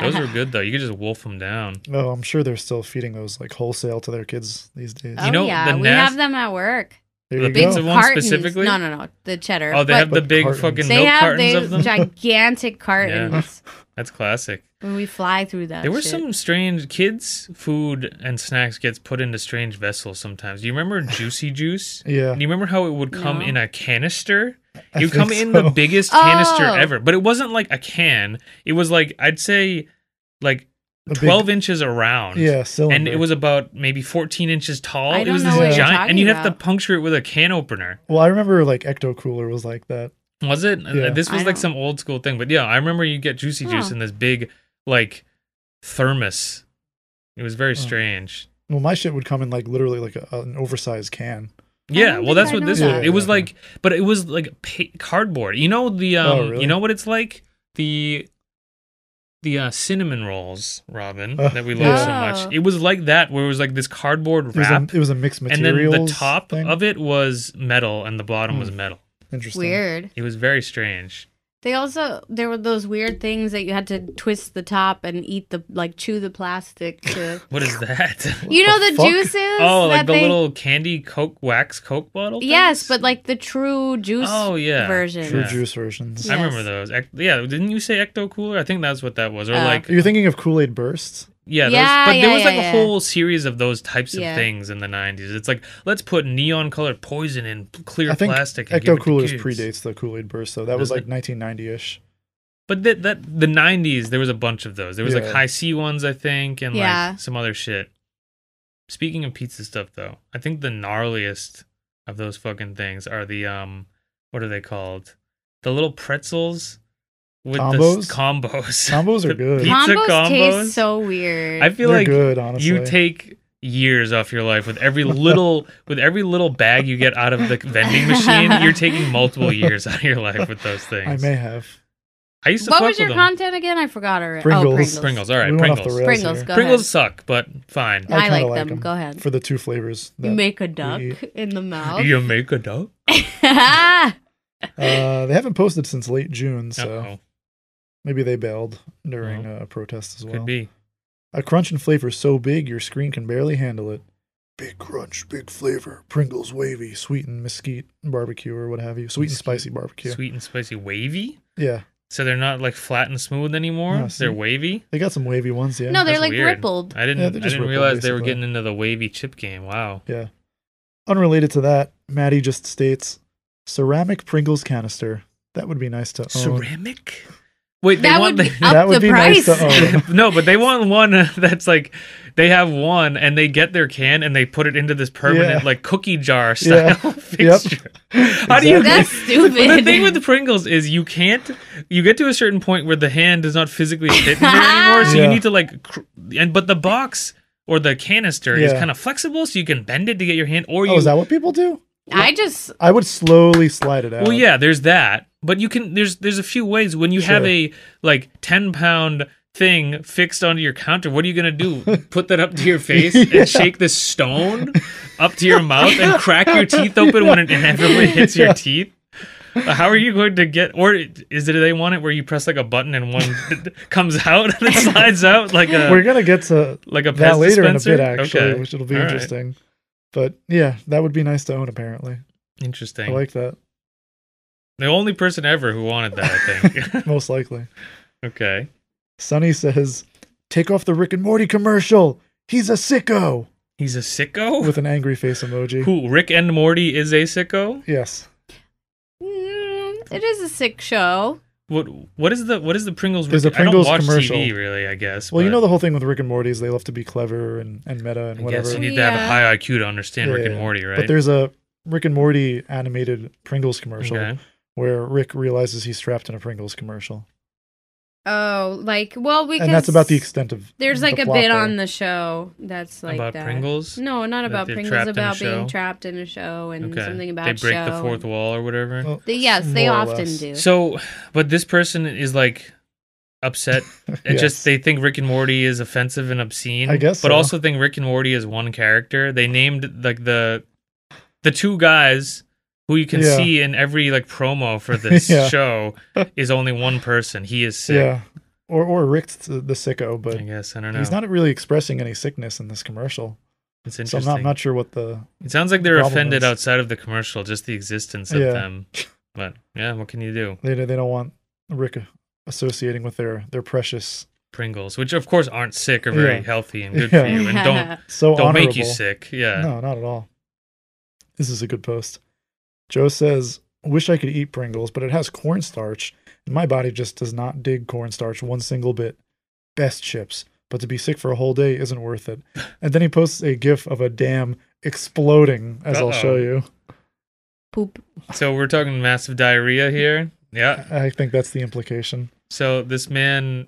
those were good though. You could just wolf them down.
Oh, I'm sure they're still feeding those like wholesale to their kids these days.
Oh,
You know,
yeah,
the
we
nas-
have them at work.
there
the
you
Big
pizza
go.
ones
cartons.
specifically?
No, no, no. The cheddar.
Oh, they
But
have the
But
big
cartons.
fucking
they
milk
have
cartons of
these
them.
gigantic cartons.
That's classic.
When we fly through that,
there were
shit.
some strange kids food and snacks gets put into strange vessels sometimes. Do you remember Juicy Juice?
Yeah.
Do you remember how it would come
No.
in a canister?
I
It would come
think
in
so.
the biggest canister
Oh.
ever, but it wasn't like a can. It was like I'd say like
A big-
twelve inches around.
Yeah, cylinder.
And it was about maybe 14 inches tall.
I
it
don't
was
know
this
what you're
giant, and
talking
you'd have to
about.
puncture it with a can opener.
Well, I remember like Ecto Cooler was like that.
Was it? Uh,
Yeah.
This was
I
like
don't-
some old school thing. But yeah, I remember you get Juicy Juice
Huh.
in this big, like, thermos. It was very
Huh.
strange.
Well, my shit would come in like literally like a, an oversized can.
Yeah,
don't
well,
think
that's
I
what
know
this
that.
was. It was
Yeah.
like, but it was like pa- cardboard. You know the, um,
Oh, really?
you know what it's like the, the uh, cinnamon rolls, Robin,
Uh,
that we love
yeah.
so
Oh.
much. It was like that, where it was like this cardboard
It was, a,
wrap,
it was a mixed
and
materials.
then the top
thing.
of it was metal, and the bottom was
Hmm.
metal.
Interesting.
weird.
It was very strange.
They also there were those weird things that you had to twist the top and eat the like chew the plastic to.
What is that?
you know
the
the,
fuck?
juices.
oh, like
that
the
they-
little candy Coke wax Coke bottle.
Yes,
things?
but like the true juice
Oh, yeah.
version.
True
Yeah.
juice versions.
Yeah.
I remember
Yes.
those. Ec- Yeah, didn't you say Ecto Cooler? I think that's what that was. Or
Oh.
like,
You're thinking of Kool Aid bursts.
yeah, those,
Yeah,
but there
yeah,
was
yeah,
like a
yeah.
whole series of those types of
Yeah.
things in the '90s. It's like let's put neon colored poison in p- clear
I think
plastic. And give
Ecto
it to
Coolers
kids.
predates the Kool Aid burst, though. That was
Does
like
it?
1990-ish.
But that that the '90s, there was a bunch of those. There was like
Yeah.
high C ones, I think, and
Yeah.
like some other shit. Speaking of pizza stuff, though, I think the gnarliest of those fucking things are the um, what are they called? The little pretzels with the s-
Combos?
combos.
Combos are
The
good.
pizza
combos,
combos?
taste so weird.
I feel
They're
like
good, honestly.
you take years off your life with every little with every little bag you get out of the vending machine. You're taking multiple years out of your life with those things.
I may have.
I used to
what
fuck
was
with
your
them.
content again? I forgot already.
Pringles.
Oh, Pringles.
Pringles. All right,
we went
Pringles.
off the rails
Pringles,
here.
go
Pringles
ahead.
suck, but fine.
I
kinda
like them. Go ahead.
For the two flavors.
you
that-
make a duck
we-
in the mouth.
You make a duck?
uh, they haven't posted since late June, so
Uh-oh.
maybe they bailed during uh, protests as well.
Could be.
A crunch and flavor so big your screen can barely handle it. Big crunch, big flavor, Pringles wavy, sweet and mesquite barbecue or what have you. Sweet and
Mesquite.
spicy barbecue.
Sweet and spicy wavy?
Yeah.
So they're not like flat and smooth anymore?
No, see?
they're wavy?
They got some wavy ones, yeah.
no, they're
That's
like
weird.
rippled.
I didn't
Yeah,
I
they're
didn't
just rippled,
realize they were
basically. Oh.
getting into the wavy chip game. Wow.
Yeah. Unrelated to that, Maddie just states ceramic Pringles canister. That would be nice to own.
Ceramic? Wait, they
That
want
would be
the-
up
that would
the
be
price.
nice to own.
no, but they want one that's like they have one and they get their can and they put it into this permanent
Yeah.
like cookie jar style
Yep.
fixture. How do you
Exactly.
That's stupid.
But the thing with the Pringles is you can't. You get to a certain point where the hand does not physically fit in there anymore, so you
Yeah.
need to like. Cr- and but the box or the canister is
Yeah.
kind of flexible, so you can bend it to get your hand, or you.
Oh, is that what people do?
I just
I would slowly slide it out.
well, yeah, there's that, but you can. There's there's a few ways when you have
Sure.
a like ten pound thing fixed onto your counter. What are you gonna do? Put that up to your face
Yeah.
and shake this stone up to your mouth and crack your teeth open when it inevitably hits
Yeah.
your teeth. Uh, How are you going to get? Or is it they want it where you press like a button and one comes out and it slides out like
We're
a
gonna get to
like a
that
pest
later
dispenser?
in a bit, actually,
Okay.
which it'll be
All right.
interesting. But yeah, that would be nice to own. Apparently,
Interesting.
I like that
the only person ever who wanted that, I think.
most likely.
okay.
Sonny says, "Take off the Rick and Morty commercial. He's a sicko."
He's a sicko.
With an angry face emoji.
Who Rick and Morty is a sicko?
Yes.
Mm, it is a sick show.
What what is the what is the Pringles?
There's a
I
Pringles
don't watch
commercial.
TV really. I guess.
Well, you
but
know the whole thing with Rick and Morty is they love to be clever and, and meta and
I
whatever.
guess you
whatever.
need to have a
Yeah.
high IQ to understand Rick and
Yeah,
Morty, right?
But there's a Rick and Morty animated Pringles commercial
okay.
where Rick realizes he's trapped in a Pringles commercial,
Oh, like well, because
and that's about the extent of.
There's like
the
a
plot
bit
there.
on the show that's like
about
that. Mm-hmm.
Pringles.
No, not
That
about
they're
Pringles.
trapped in a
about being
show?
trapped in a show and
Okay.
something about
they break
show.
the fourth wall or whatever.
Well,
They- yes, they
more or
often
less.
do.
So, but this person is like upset. It
Yes.
just they think Rick and Morty is offensive and obscene.
I guess
but
so.
also think Rick and Morty is one character. They named like the the two guys who you can
Yeah.
see in every like promo for this
Yeah.
show is only one person. He is sick.
yeah, or or Rick's the, the sicko,
I
but
guess I don't know.
he's not really expressing any sickness in this commercial,
it's
so
interesting.
I'm not, I'm not sure what the
it sounds like they're
problem
offended
is.
outside of the commercial, just the existence of
Yeah.
them. But yeah, what can you do?
they they don't want Rick associating with their their precious
Pringles, which of course aren't sick, are very
Yeah.
healthy and good
Yeah.
for you, and don't
so
don't
honorable.
make you sick. Yeah.
No, not at all. This is a good post. Joe says, "Wish I could eat Pringles, but it has cornstarch, and my body just does not dig cornstarch one single bit. Best chips, but to be sick for a whole day isn't worth it." And then he posts a gif of a dam exploding, as I'll show
Uh-oh.
you.
poop.
So we're talking massive diarrhea here. Yeah.
I I think that's the implication.
So this man,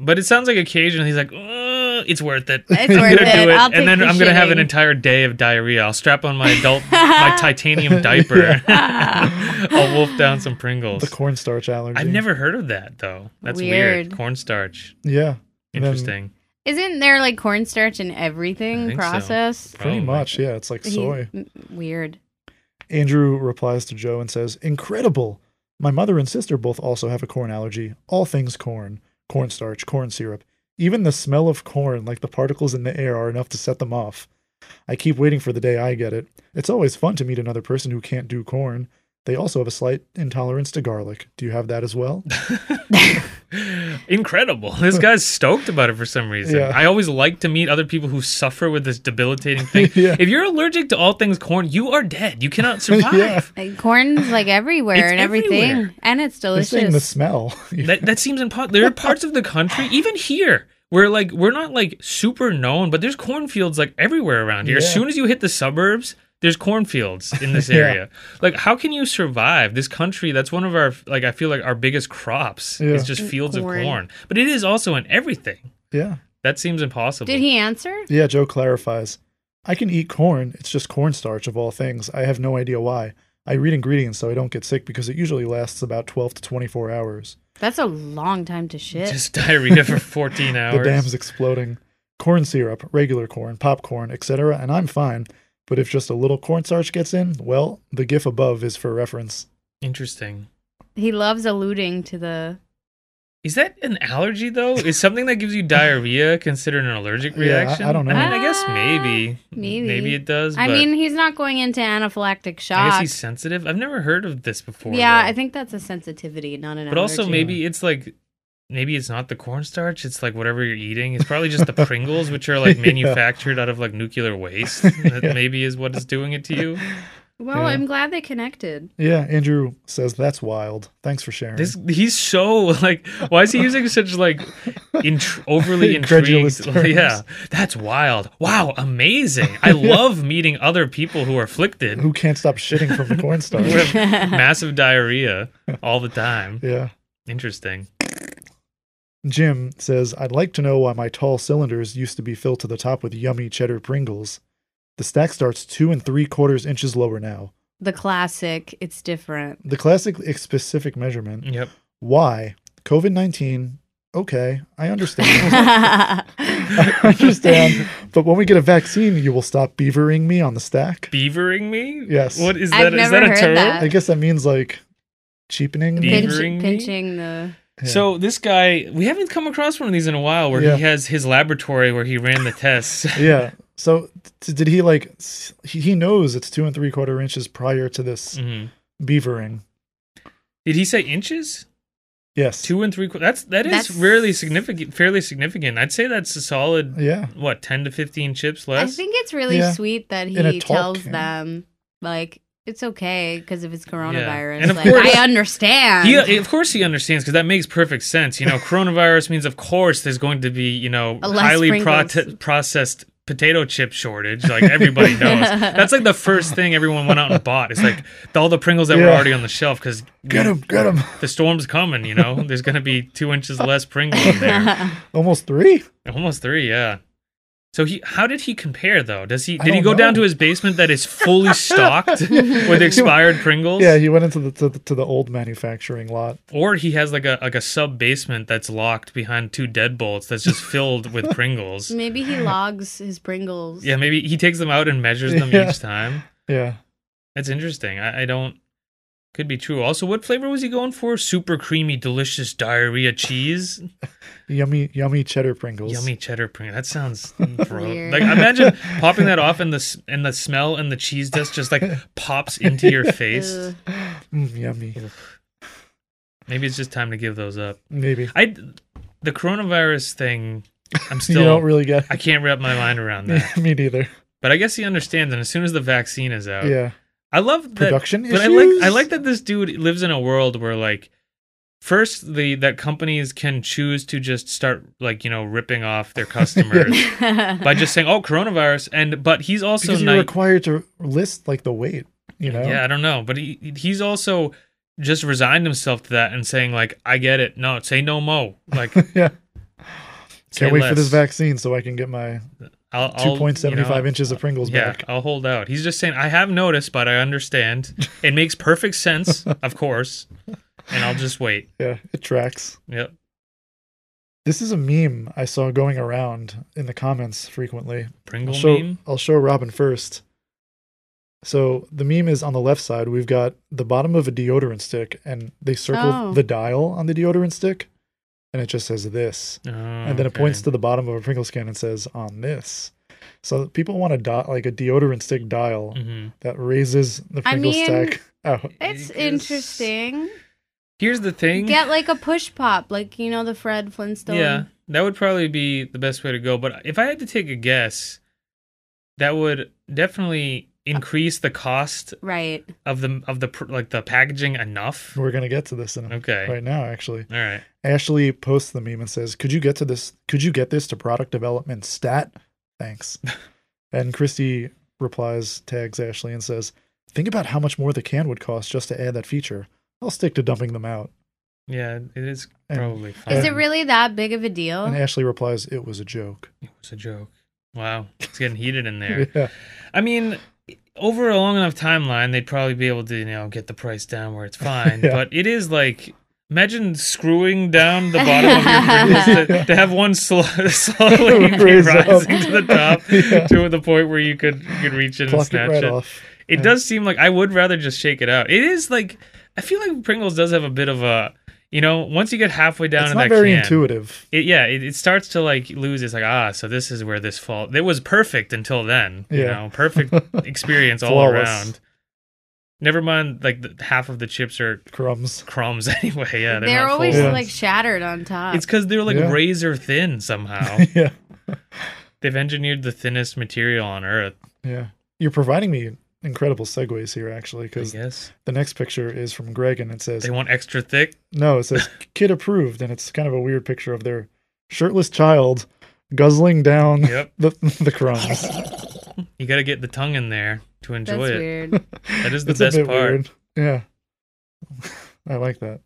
but it sounds like occasionally he's like, "Ugh, it's worth it.
It's
I'm
worth
gonna
it.
do it,
I'll take
and then
the
I'm gonna have an
shitting.
entire day of diarrhea. I'll strap on my adult, my titanium diaper. I'll wolf down some
The
Pringles.
cornstarch allergy.
I've never heard of that though. That's weird.
Weird.
Cornstarch.
Yeah, And then-
Interesting.
Isn't there like cornstarch in
I
everything
think so.
process?
pretty
Oh my
much. Yeah, it's like
He-
soy.
m- weird.
Andrew replies to Joe and says, Incredible! My mother and sister both also have a corn allergy. All things corn, cornstarch, corn syrup. Even the smell of corn, like the particles in the air, are enough to set them off. I keep waiting for the day I get it. It's always fun to meet another person who can't do corn. They also have a slight intolerance to garlic. Do you have that as well?
Incredible. This guy's stoked about it for some reason.
Yeah.
I always like to meet other people who suffer with this debilitating thing.
Yeah.
If you're allergic to all things corn, you are dead. You cannot survive.
Yeah.
Like, Uh, corn's like everywhere
It's
and everything,
everywhere.
and it's
They're saying the
delicious.
smell.
That that seems impossible. There are parts of the country, even here, where like we're not like super known, but there's cornfields like everywhere around here.
Yeah.
As soon as you hit the suburbs, there's cornfields in this
Yeah.
area. Like, how can you survive this country? That's one of our like I feel like our biggest crops
Yeah.
is just fields
Corn.
of corn, but it is also in everything.
yeah.
That seems impossible.
Did he answer?
Yeah, Joe clarifies. I can eat corn. It's just cornstarch of all things. I have no idea why. I read ingredients so I don't get sick because it usually lasts about 12 to 24 hours.
That's a long time to shit.
Just diarrhea for 14 hours.
The dam's exploding. Corn syrup, regular corn, popcorn, etc., and I'm fine. But if just a little cornstarch gets in, well, the gif above is for reference.
Interesting.
he loves alluding to the.
Is that an allergy though? Is something that gives you diarrhea considered an allergic
Yeah, I-
reaction?
I don't know.
I mean, I guess
Ah,
maybe.
maybe.
Maybe it does.
I
but-
mean, he's not going into anaphylactic
I guess
shock.
he's sensitive. I've never heard of this before.
Yeah,
though.
I think that's a sensitivity, not an.
But also,
allergy.
maybe it's like, maybe it's not the cornstarch. It's like whatever you're eating. It's probably just the Pringles, which are like
Yeah.
manufactured out of like nuclear waste. That
Yeah.
maybe is what is doing it to you.
Well,
Yeah.
I'm glad they connected.
Yeah, Andrew says that's wild. Thanks for sharing.
This he's so like, why is he using such like intr overly
Incredulous
intrigued? Yeah, that's wild. Wow, amazing. I love meeting other people who are afflicted
Who can't stop shitting from the cornstarch?
with massive diarrhea all the time.
yeah.
Interesting.
Jim says, I'd like to know why my tall cylinders used to be filled to the top with yummy cheddar Pringles. The stack starts two and three quarters inches lower now.
The classic. It's different.
The classic ex- specific measurement.
Yep.
Why? COVID 19. Okay, I understand. I
Understand.
understand. But when we get a vaccine, you will stop beavering me on the stack.
Beavering me?
Yes.
What is
I've
that? Is that
never
a
heard
term?
that.
I guess that means like cheapening. me?
Beaver-
Pinch,
Beavering me?
pinching the.
Yeah.
So this guy, we haven't come across one of these in a while, where
Yeah.
he has his laboratory where he ran the tests.
yeah. So t- did he like, s- he he knows it's two and three quarter inches prior to this
Mhm.
beavering.
Did he say inches?
Yes.
Two and three. qu- That's that is
That's-
really significant. Fairly significant. I'd say that's a solid
Yeah.
what ten to fifteen chips
I
less.
think it's really
Yeah.
sweet that
In a
he
talk,
tells
yeah.
them like It's okay because if it's coronavirus,
And of
like,
course-
I understand.
He, uh, of course, he understands because that makes perfect sense. You know, coronavirus means, of course, there's going to be you know
A less
highly
Pringles.
prote- processed potato chip shortage. Like everybody knows. That's like the first thing everyone went out and bought. It's like the- all the Pringles that were
Yeah.
already on the shelf because
Get him, get him.
the storm's coming. You know, there's going to be two inches less Pringles in there,
Almost three.
almost three. Yeah. So he, how did he compare though? Does he
I
did he
don't
go down
know.
to his basement that is fully stocked with expired Pringles?
Yeah, he went into the to, the- to the old manufacturing lot.
or he has like a like a sub basement that's locked behind two deadbolts that's just filled with Pringles.
Maybe he logs his Pringles.
Yeah, maybe he takes them out and measures them
Yeah.
each time.
Yeah,
That's interesting. I, I don't. Could be true. Also, what flavor was he going for? Super creamy, delicious diarrhea cheese.
yummy, yummy cheddar Pringles.
Yummy cheddar Pringles. That sounds gross.
Weird.
Like imagine popping that off and the s- and the smell and the cheese dust just like pops into your face.
Ugh.
Mm, yummy.
Maybe it's just time to give those up.
Maybe
I the coronavirus thing. I'm still.
you don't really get.
I can't wrap my mind around that.
Me neither.
But I guess he understands, and as soon as the vaccine is out,
Yeah,
I love that.
production issues.
But I like I like that this dude lives in a world where like first the that companies can choose to just start like you know ripping off their customers by just saying oh coronavirus and but he's also
because you're
ni-
required to list like the weight. You know.
yeah I don't know but he he's also just resigned himself to that and saying like I get it no say no mo like can't
yeah. Can't wait for this vaccine so I can get my
I'll, I'll,
two
you
point seventy five
know, uh,
inches of Pringles
Yeah,
back.
I'll hold out. He's just saying, I have noticed, but I understand. It makes perfect sense, of course. And I'll just wait.
Yeah, it tracks.
Yep.
This is a meme I saw going around in the comments frequently. I'll
Pringle
show,
meme.
I'll show Robin first. So the meme is on the left side. We've got the bottom of a deodorant stick, and they circle
Oh.
the dial on the deodorant stick, and it just says this,
Oh,
and then it points to the bottom of a Pringles can and says on this. So people want a dot like a deodorant stick dial
hmm
that raises the
I
Pringles
mean-
stack out.
It's
Because-
interesting.
Here's the thing.
Get like a push pop, like you know the Fred Flintstone.
yeah, that would probably be the best way to go. But if I had to take a guess, that would definitely increase the cost
Right.
of the of the pr- like the packaging enough.
We're gonna get to this in a,
Okay.
right now, actually.
All right.
Ashley posts the meme and says, "Could you get to this? Could you get this to product development stat? Thanks." and Christy replies, tags Ashley and says, "Think about how much more the can would cost just to add that feature. I'll stick to dumping them out."
Yeah, it is
And-
probably fine.
Is it really that big of a deal?
And Ashley replies, "It was a joke."
It was a joke. Wow, it's getting heated in there.
Yeah.
I mean, over a long enough timeline, they'd probably be able to, you know, get the price down where it's fine.
Yeah.
But it is like imagine screwing down the bottom of your fingers to, to have one slow, slowly be
Raise up.
rising to the top
Yeah.
to the point where you could you could reach in and
Pluck it
snatch
right
it.
off.
It
Yeah.
does seem like I would rather just shake it out. It is like I feel like Pringles does have a bit of a you know once you get halfway down
it's
in
not
that
very
can,
intuitive.
it, yeah, it, it starts to like lose. It's like ah, so this is where this fall. It was perfect until then. You
Yeah.
know, perfect experience all
Flawless.
around. Never mind, like the, half of the chips are
Crumbs.
crumbs anyway. Yeah, they're,
they're
not
always
full.
Yeah.
like shattered on top.
It's because they're like
Yeah.
razor thin somehow.
yeah.
They've engineered the thinnest material on earth.
Yeah. You're providing me incredible segues here, actually,
I
because
guess
the next picture is from Greg and it says,
they want extra thick.
No, it says kid approved, and it's kind of a weird picture of their shirtless child guzzling down
Yep,
the the crumbs.
you got to get the tongue in there to
That's
enjoy it.
weird.
That is the
It's
best
a bit
part.
weird. Yeah, I like that.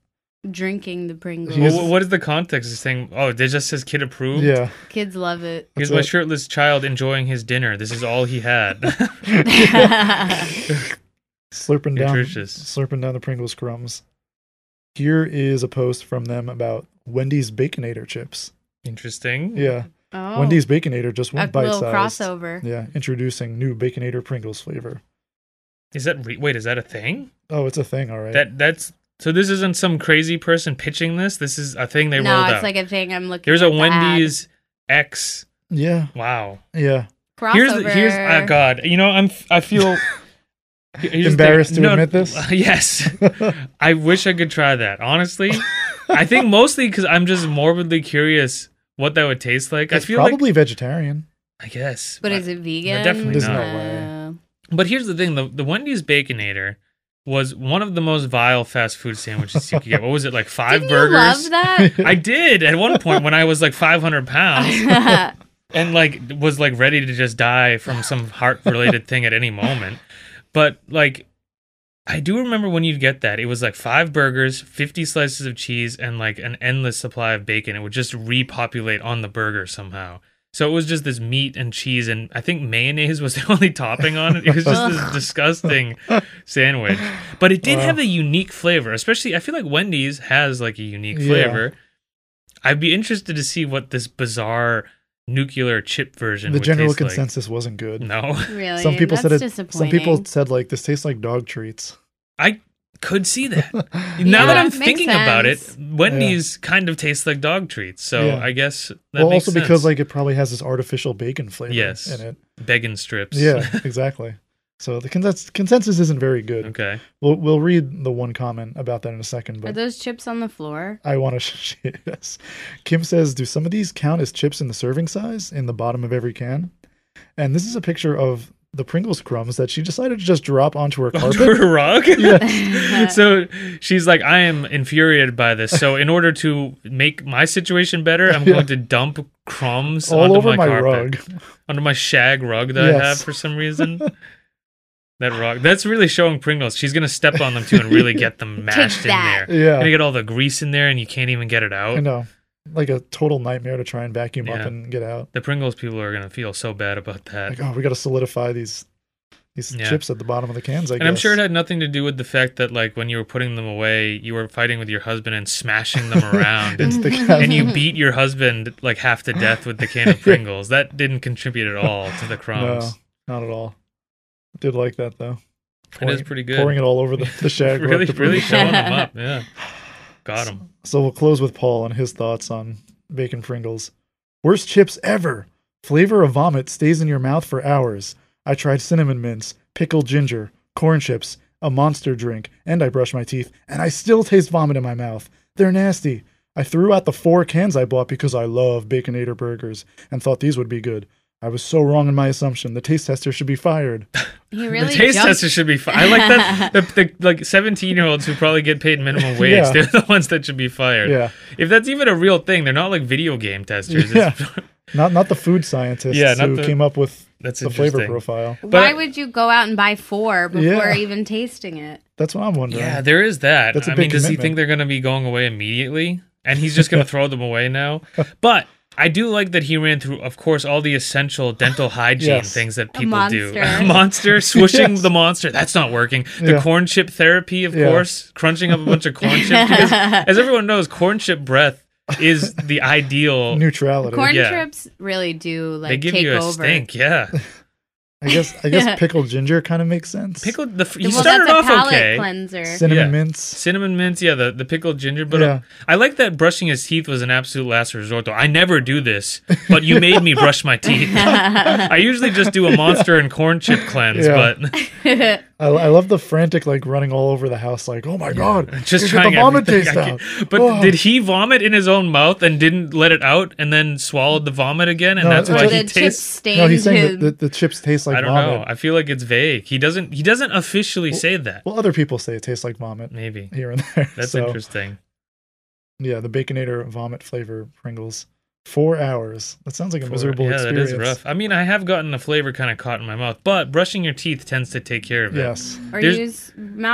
Drinking the Pringles.
He
Well,
is-
wh- what is the context? This thing? Oh, it just says kid approved.
Yeah,
Kids love it.
Here's
That's
my
it.
shirtless child enjoying his dinner. This is all he had.
slurping down,
Nutritious.
slurping down the Pringles crumbs. Here is a post from them about Wendy's Baconator chips.
Interesting.
Yeah,
oh,
Wendy's Baconator just
a
went bite
little
sized.
crossover.
Yeah, introducing new Baconator Pringles flavor.
Is that re- wait? Is that a thing?
Oh, it's a thing, all right.
That that's so. This isn't some crazy person pitching this. This is a thing they
no,
rolled
it's
out.
like a thing I'm looking.
There's a
at the ad.
Wendy's X.
yeah,
Wow.
yeah.
crossover.
Here's the, here's oh god. You know I'm f- I feel here's the thing.
Embarrassed to admit this?
yes. I wish I could try that. Honestly, I think mostly because I'm just morbidly curious what that would taste like.
It's
I feel like
probably vegetarian.
I guess,
But is it vegan? Uh,
definitely
There's no
not.
way.
But here's the thing: the, the Wendy's Baconator was one of the most vile fast food sandwiches you could get. What was it like? 5
Didn't you
burgers.
love that?
I did at one point when I was like 500 pounds and like was like ready to just die from some heart related thing at any moment. But like, I do remember when you'd get that. It was like five burgers, 50 slices of cheese, and like an endless supply of bacon. It would just repopulate on the burger somehow. So it was just this meat and cheese, and I think mayonnaise was the only topping on it. It was just this disgusting sandwich. But it did
Wow.
have a unique flavor, especially I feel like Wendy's has like a unique
Yeah.
flavor. I'd be interested to see what this bizarre nuclear chip version
the
would
general
taste like.
consensus wasn't good.
No.
really?
Some people
That's
said it. Some
disappointing.
people said like this tastes like dog treats.
Could see that. now that
Yeah,
I'm
makes
thinking about it,
sense.
Wendy's kind of tastes like dog treats. So
Yeah.
I guess that
well,
makes
also because
sense.
like it probably has this artificial bacon flavor
Yes.
in it.
Begging strips.
Yeah, exactly. So the consensus consensus isn't very good.
okay.
We'll we'll read the one comment about that in a second,
Are
but
those chips on the floor?
I want to sh- yes. Kim says, "Do some of these count as chips in the serving size in the bottom of every can?" And this is a picture of the Pringles crumbs that she decided to just drop onto her
Onto
carpet.
her rug.
Yeah.
so she's like, I am infuriated by this. So in order to make my situation better, I'm going to dump crumbs
All
onto
over
my,
my,
carpet.
rug.
under my shag rug that I have
Yes.
for some reason. that rug. That's really showing Pringles. She's gonna step on them too and really get them mashed in
that.
there.
Yeah,
Gonna get all the grease in there and you can't even get it
I
out.
know. Like a total nightmare to try and vacuum up
Yeah.
and get out.
The Pringles people are gonna feel so bad about that.
Like, oh, we got to solidify these these
Yeah.
chips at the bottom of the cans. I
and
guess.
I'm sure it had nothing to do with the fact that like when you were putting them away, you were fighting with your husband and smashing them around.
It's
and-
the
And you beat your husband like half to death with the can of Pringles. That didn't contribute at all to the
no,
crumbs.
not at all. I did like that though.
it is pretty good.
Pouring it all over the, the shag. rug
really,
to
really
prove it.
showing them up. Yeah, got them.
So we'll close with Paul and his thoughts on bacon Pringles. Worst chips ever. Flavor of vomit stays in your mouth for hours. I tried cinnamon mints, pickled ginger, corn chips, a monster drink, and I brushed my teeth, and I still taste vomit in my mouth. They're nasty. I threw out the four cans I bought because I love Baconator burgers and thought these would be good. I was so wrong in my assumption. The taste tester should be fired.
He really
the taste
jumped-
tester should be fired. I like that. The, the like seventeen year olds who probably get paid minimum wage,
Yeah.
they're the ones that should be fired.
Yeah.
If that's even a real thing, they're not like video game testers.
Yeah.
It's-
Not not the food scientists
Yeah, not
who
the-
came up with
that's
the flavor
interesting.
profile.
Why
I-
would you go out and buy four before
Yeah.
even tasting it?
That's what I'm wondering.
Yeah, there is that.
That's a
I
big
mean, does he
commitment.
think they're going to be going away immediately? And he's just going to throw them away now. But I do like that he ran through, of course, all the essential dental hygiene
Yes.
things that
A
people
monster.
do. monster swishing
Yes.
the monster. That's not working. The
Yeah.
corn chip therapy, of
Yeah.
course, crunching up a bunch of corn chips. Because, as everyone knows, corn chip breath is the ideal.
Neutrality.
Corn
Yeah.
chips really do like
they give
take
you a
over.
stink. Yeah,
I guess I guess
Yeah.
pickled ginger kind of makes sense.
pickled. The, f- you
Well,
started
that's a
off
palate
okay.
cleanser.
cinnamon
Yeah.
mints.
Cinnamon mints, yeah, the, the pickled ginger. But
Yeah.
uh, I like that brushing his teeth was an absolute last resort, though. I never do this, but you made me brush my teeth. I usually just do a monster and corn chip cleanse,
Yeah.
but
I, I love the frantic like running all over the house like, "Oh my god."
just
Get
trying
the vomit
everything
taste
I
out.
can. But
Oh.
did he vomit in his own mouth and didn't let it out and then swallowed the vomit again? And
No,
that's
it
why
Or
just-
he
the chip
tastes.
stained
No, he's saying
his-
that the, the chips taste like
I don't know.
vomit.
I feel like it's vague. He doesn't. He doesn't officially say that.
Well, other people say it tastes like vomit
Maybe
here and there.
that's
so,
interesting.
Yeah, the baconator vomit flavor Pringles. 4 hours. That sounds like a
for-
miserable
yeah,
experience.
that is rough. I mean, I have gotten the flavor kind of caught in my mouth, but brushing your teeth tends to take care of it.
Yes.
or
there's-
use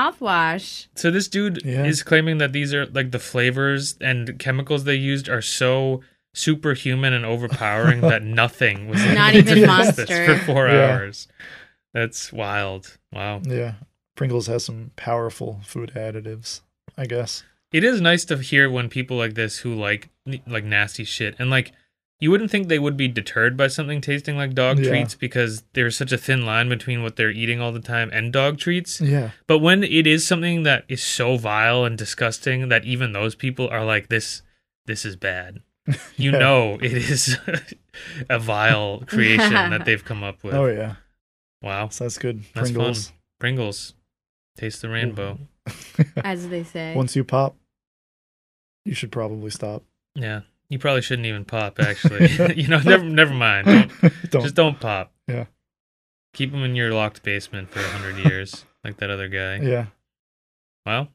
mouthwash.
So this dude
Yeah.
is claiming that these are like the flavors and chemicals they used are so superhuman and overpowering that nothing was able
Not
to
even
taste this
Monster.
for four
Yeah.
hours. That's wild. Wow.
Yeah. Pringles has some powerful food additives, I guess.
It is nice to hear when people like this who like like nasty shit and like you wouldn't think they would be deterred by something tasting like dog
Yeah.
treats because there's such a thin line between what they're eating all the time and dog treats.
Yeah.
But when it is something that is so vile and disgusting that even those people are like this this is bad. You
Yeah.
know it is a vile creation that they've come up with.
Oh yeah.
Wow.
So that's good.
That's fun.
Pringles.
Pringles. Taste the rainbow.
As they say,
Once you pop, you should probably stop.
Yeah. You probably shouldn't even pop actually. you know, never never mind. Don't,
Don't.
Just don't pop.
Yeah.
Keep them in your locked basement for 100 years, like that other guy.
Yeah,
Well,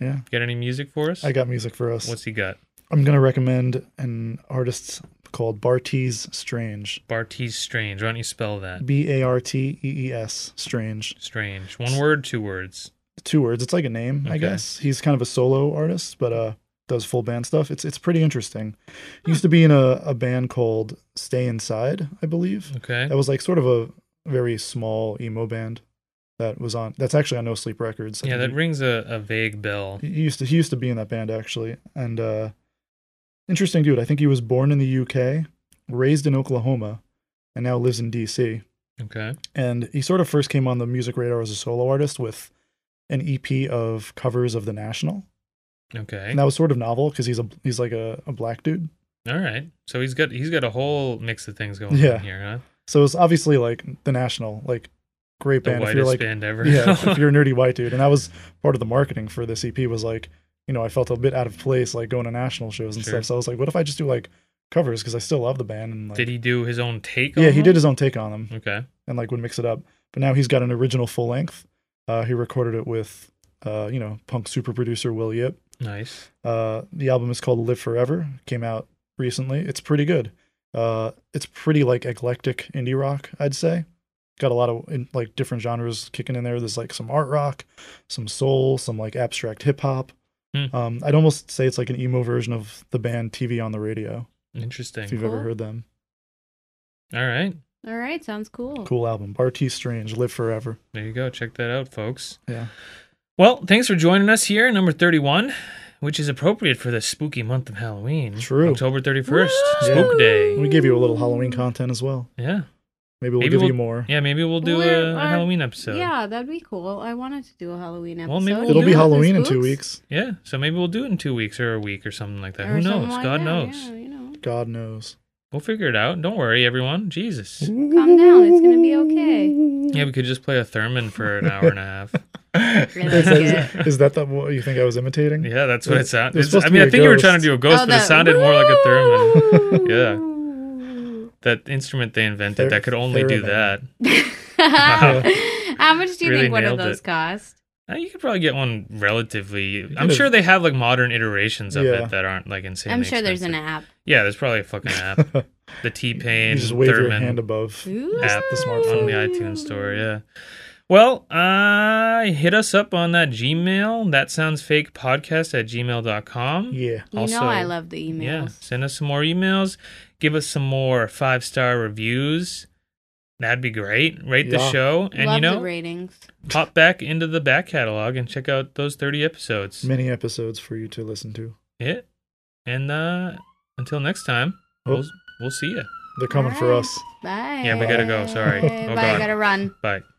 Yeah.
Got any music for us?
I got music for us.
What's he got?
I'm gonna recommend an artist called Bartiz Strange.
Bartiz Strange. Why don't you spell that?
B A R T E E S Strange.
Strange. One word, two words.
Two words. It's like a name, I
Okay.
guess. He's kind of a solo artist, but uh does full band stuff. It's it's pretty interesting. He used to be in a, a band called Stay Inside, I believe.
Okay.
That was like sort of a very small emo band that was on that's actually on No Sleep Records. I
yeah,
think
that
he-
rings a, a vague bell.
He used to he used to be in that band actually, and uh, interesting dude. I think he was born in the UK, raised in Oklahoma, and now lives in DC.
Okay.
And he sort of first came on the music radar as a solo artist with an EP of covers of The National,
Okay.
and that was sort of novel because he's a he's like a, a black dude.
All right. So he's got he's got a whole mix of things going
Yeah.
on here, huh?
So it's obviously like The National, like great
The
band. If
whitest
you're like
band ever.
yeah, if you're a nerdy white dude, and that was part of the marketing for this EP was like, you know, I felt a bit out of place like going to national shows and
Sure.
stuff. So I was like, what if I just do like covers because I still love the band and like,
did he do his own take?
yeah,
on
he
them?
did his own take on them
Okay.
and like would mix it up. But now he's got an original full length. Uh, he recorded it with, uh, you know, punk super producer Will Yip.
Nice.
Uh, the album is called Live Forever. Came out recently. It's pretty good. Uh, it's pretty like eclectic indie rock, I'd say. Got a lot of in, like different genres kicking in there. There's like some art rock, some soul, some like abstract hip hop.
Hmm.
Um, I'd almost say it's like an emo version of the band TV on the Radio.
Interesting.
If you've ever
Cool.
heard them,
All right.
All right, sounds cool.
cool album. RT Strange, Live Forever.
There you go. Check that out, folks.
Yeah.
Well, thanks for joining us here, number 31, which is appropriate for the spooky month of Halloween.
True.
October 31st,
Woo!
Spook Day.
We gave you a little Halloween content as well.
Yeah.
Maybe we'll
Maybe
give
we'll-
you more.
Yeah, maybe we'll do
Where
a, a
are-
Halloween episode.
Yeah, that'd be cool. I wanted to do a Halloween episode.
Well, maybe we'll
You
It'll
do
be
it.
know, with the
Halloween in two
spooks?
weeks.
Yeah. So maybe we'll do it in two weeks or a week or something like that.
Or
Who
something
knows?
like
God
that,
knows.
yeah, you know.
God knows.
We'll figure it out. Don't worry, everyone. Jesus.
Calm down. It's gonna be okay.
Yeah, we could just play a Thurman for an hour and a half.
Is
Really good.
that- is that the, what you think I was imitating?
Yeah, that's what it
It was
sounds.
supposed
I
to
mean,
be
I
a
think you were
ghost.
trying to do a ghost,
Oh,
but it
the-
sounded more like a Thurman. Yeah.
Ooh.
That instrument they invented
Ther-
that could only do
theremin.
that.
How much do you
Really
think one of
nailed
those
it.
cost?
Uh, You could probably get one relatively. I'm
could've-
sure they have like modern iterations of
Yeah.
it that aren't like insane.
I'm sure there's an
app.
app.
Yeah, there's probably a fucking app. the T Pain
you just wave your
Thurman
hand above.
app
the
on
smartphone.
the iTunes store. Yeah. Well, uh, hit us up on that Gmail. That sounds fake podcast at gmail.com.
Yeah.
You
Also-
know I love the emails.
Yeah, send us some more emails. Give us some more five star reviews. That'd be great. Rate the
Yeah.
show, and
love
you know,
the ratings.
pop back into the back catalog and check out those thirty episodes.
Many episodes for you to listen to.
Yeah, and uh, until next time,
Oh.
we'll we'll see you.
They're coming for
Alright.
us.
Bye.
Yeah, we gotta go. Sorry. Oh,
Bye. I
God.
gotta run.
Bye.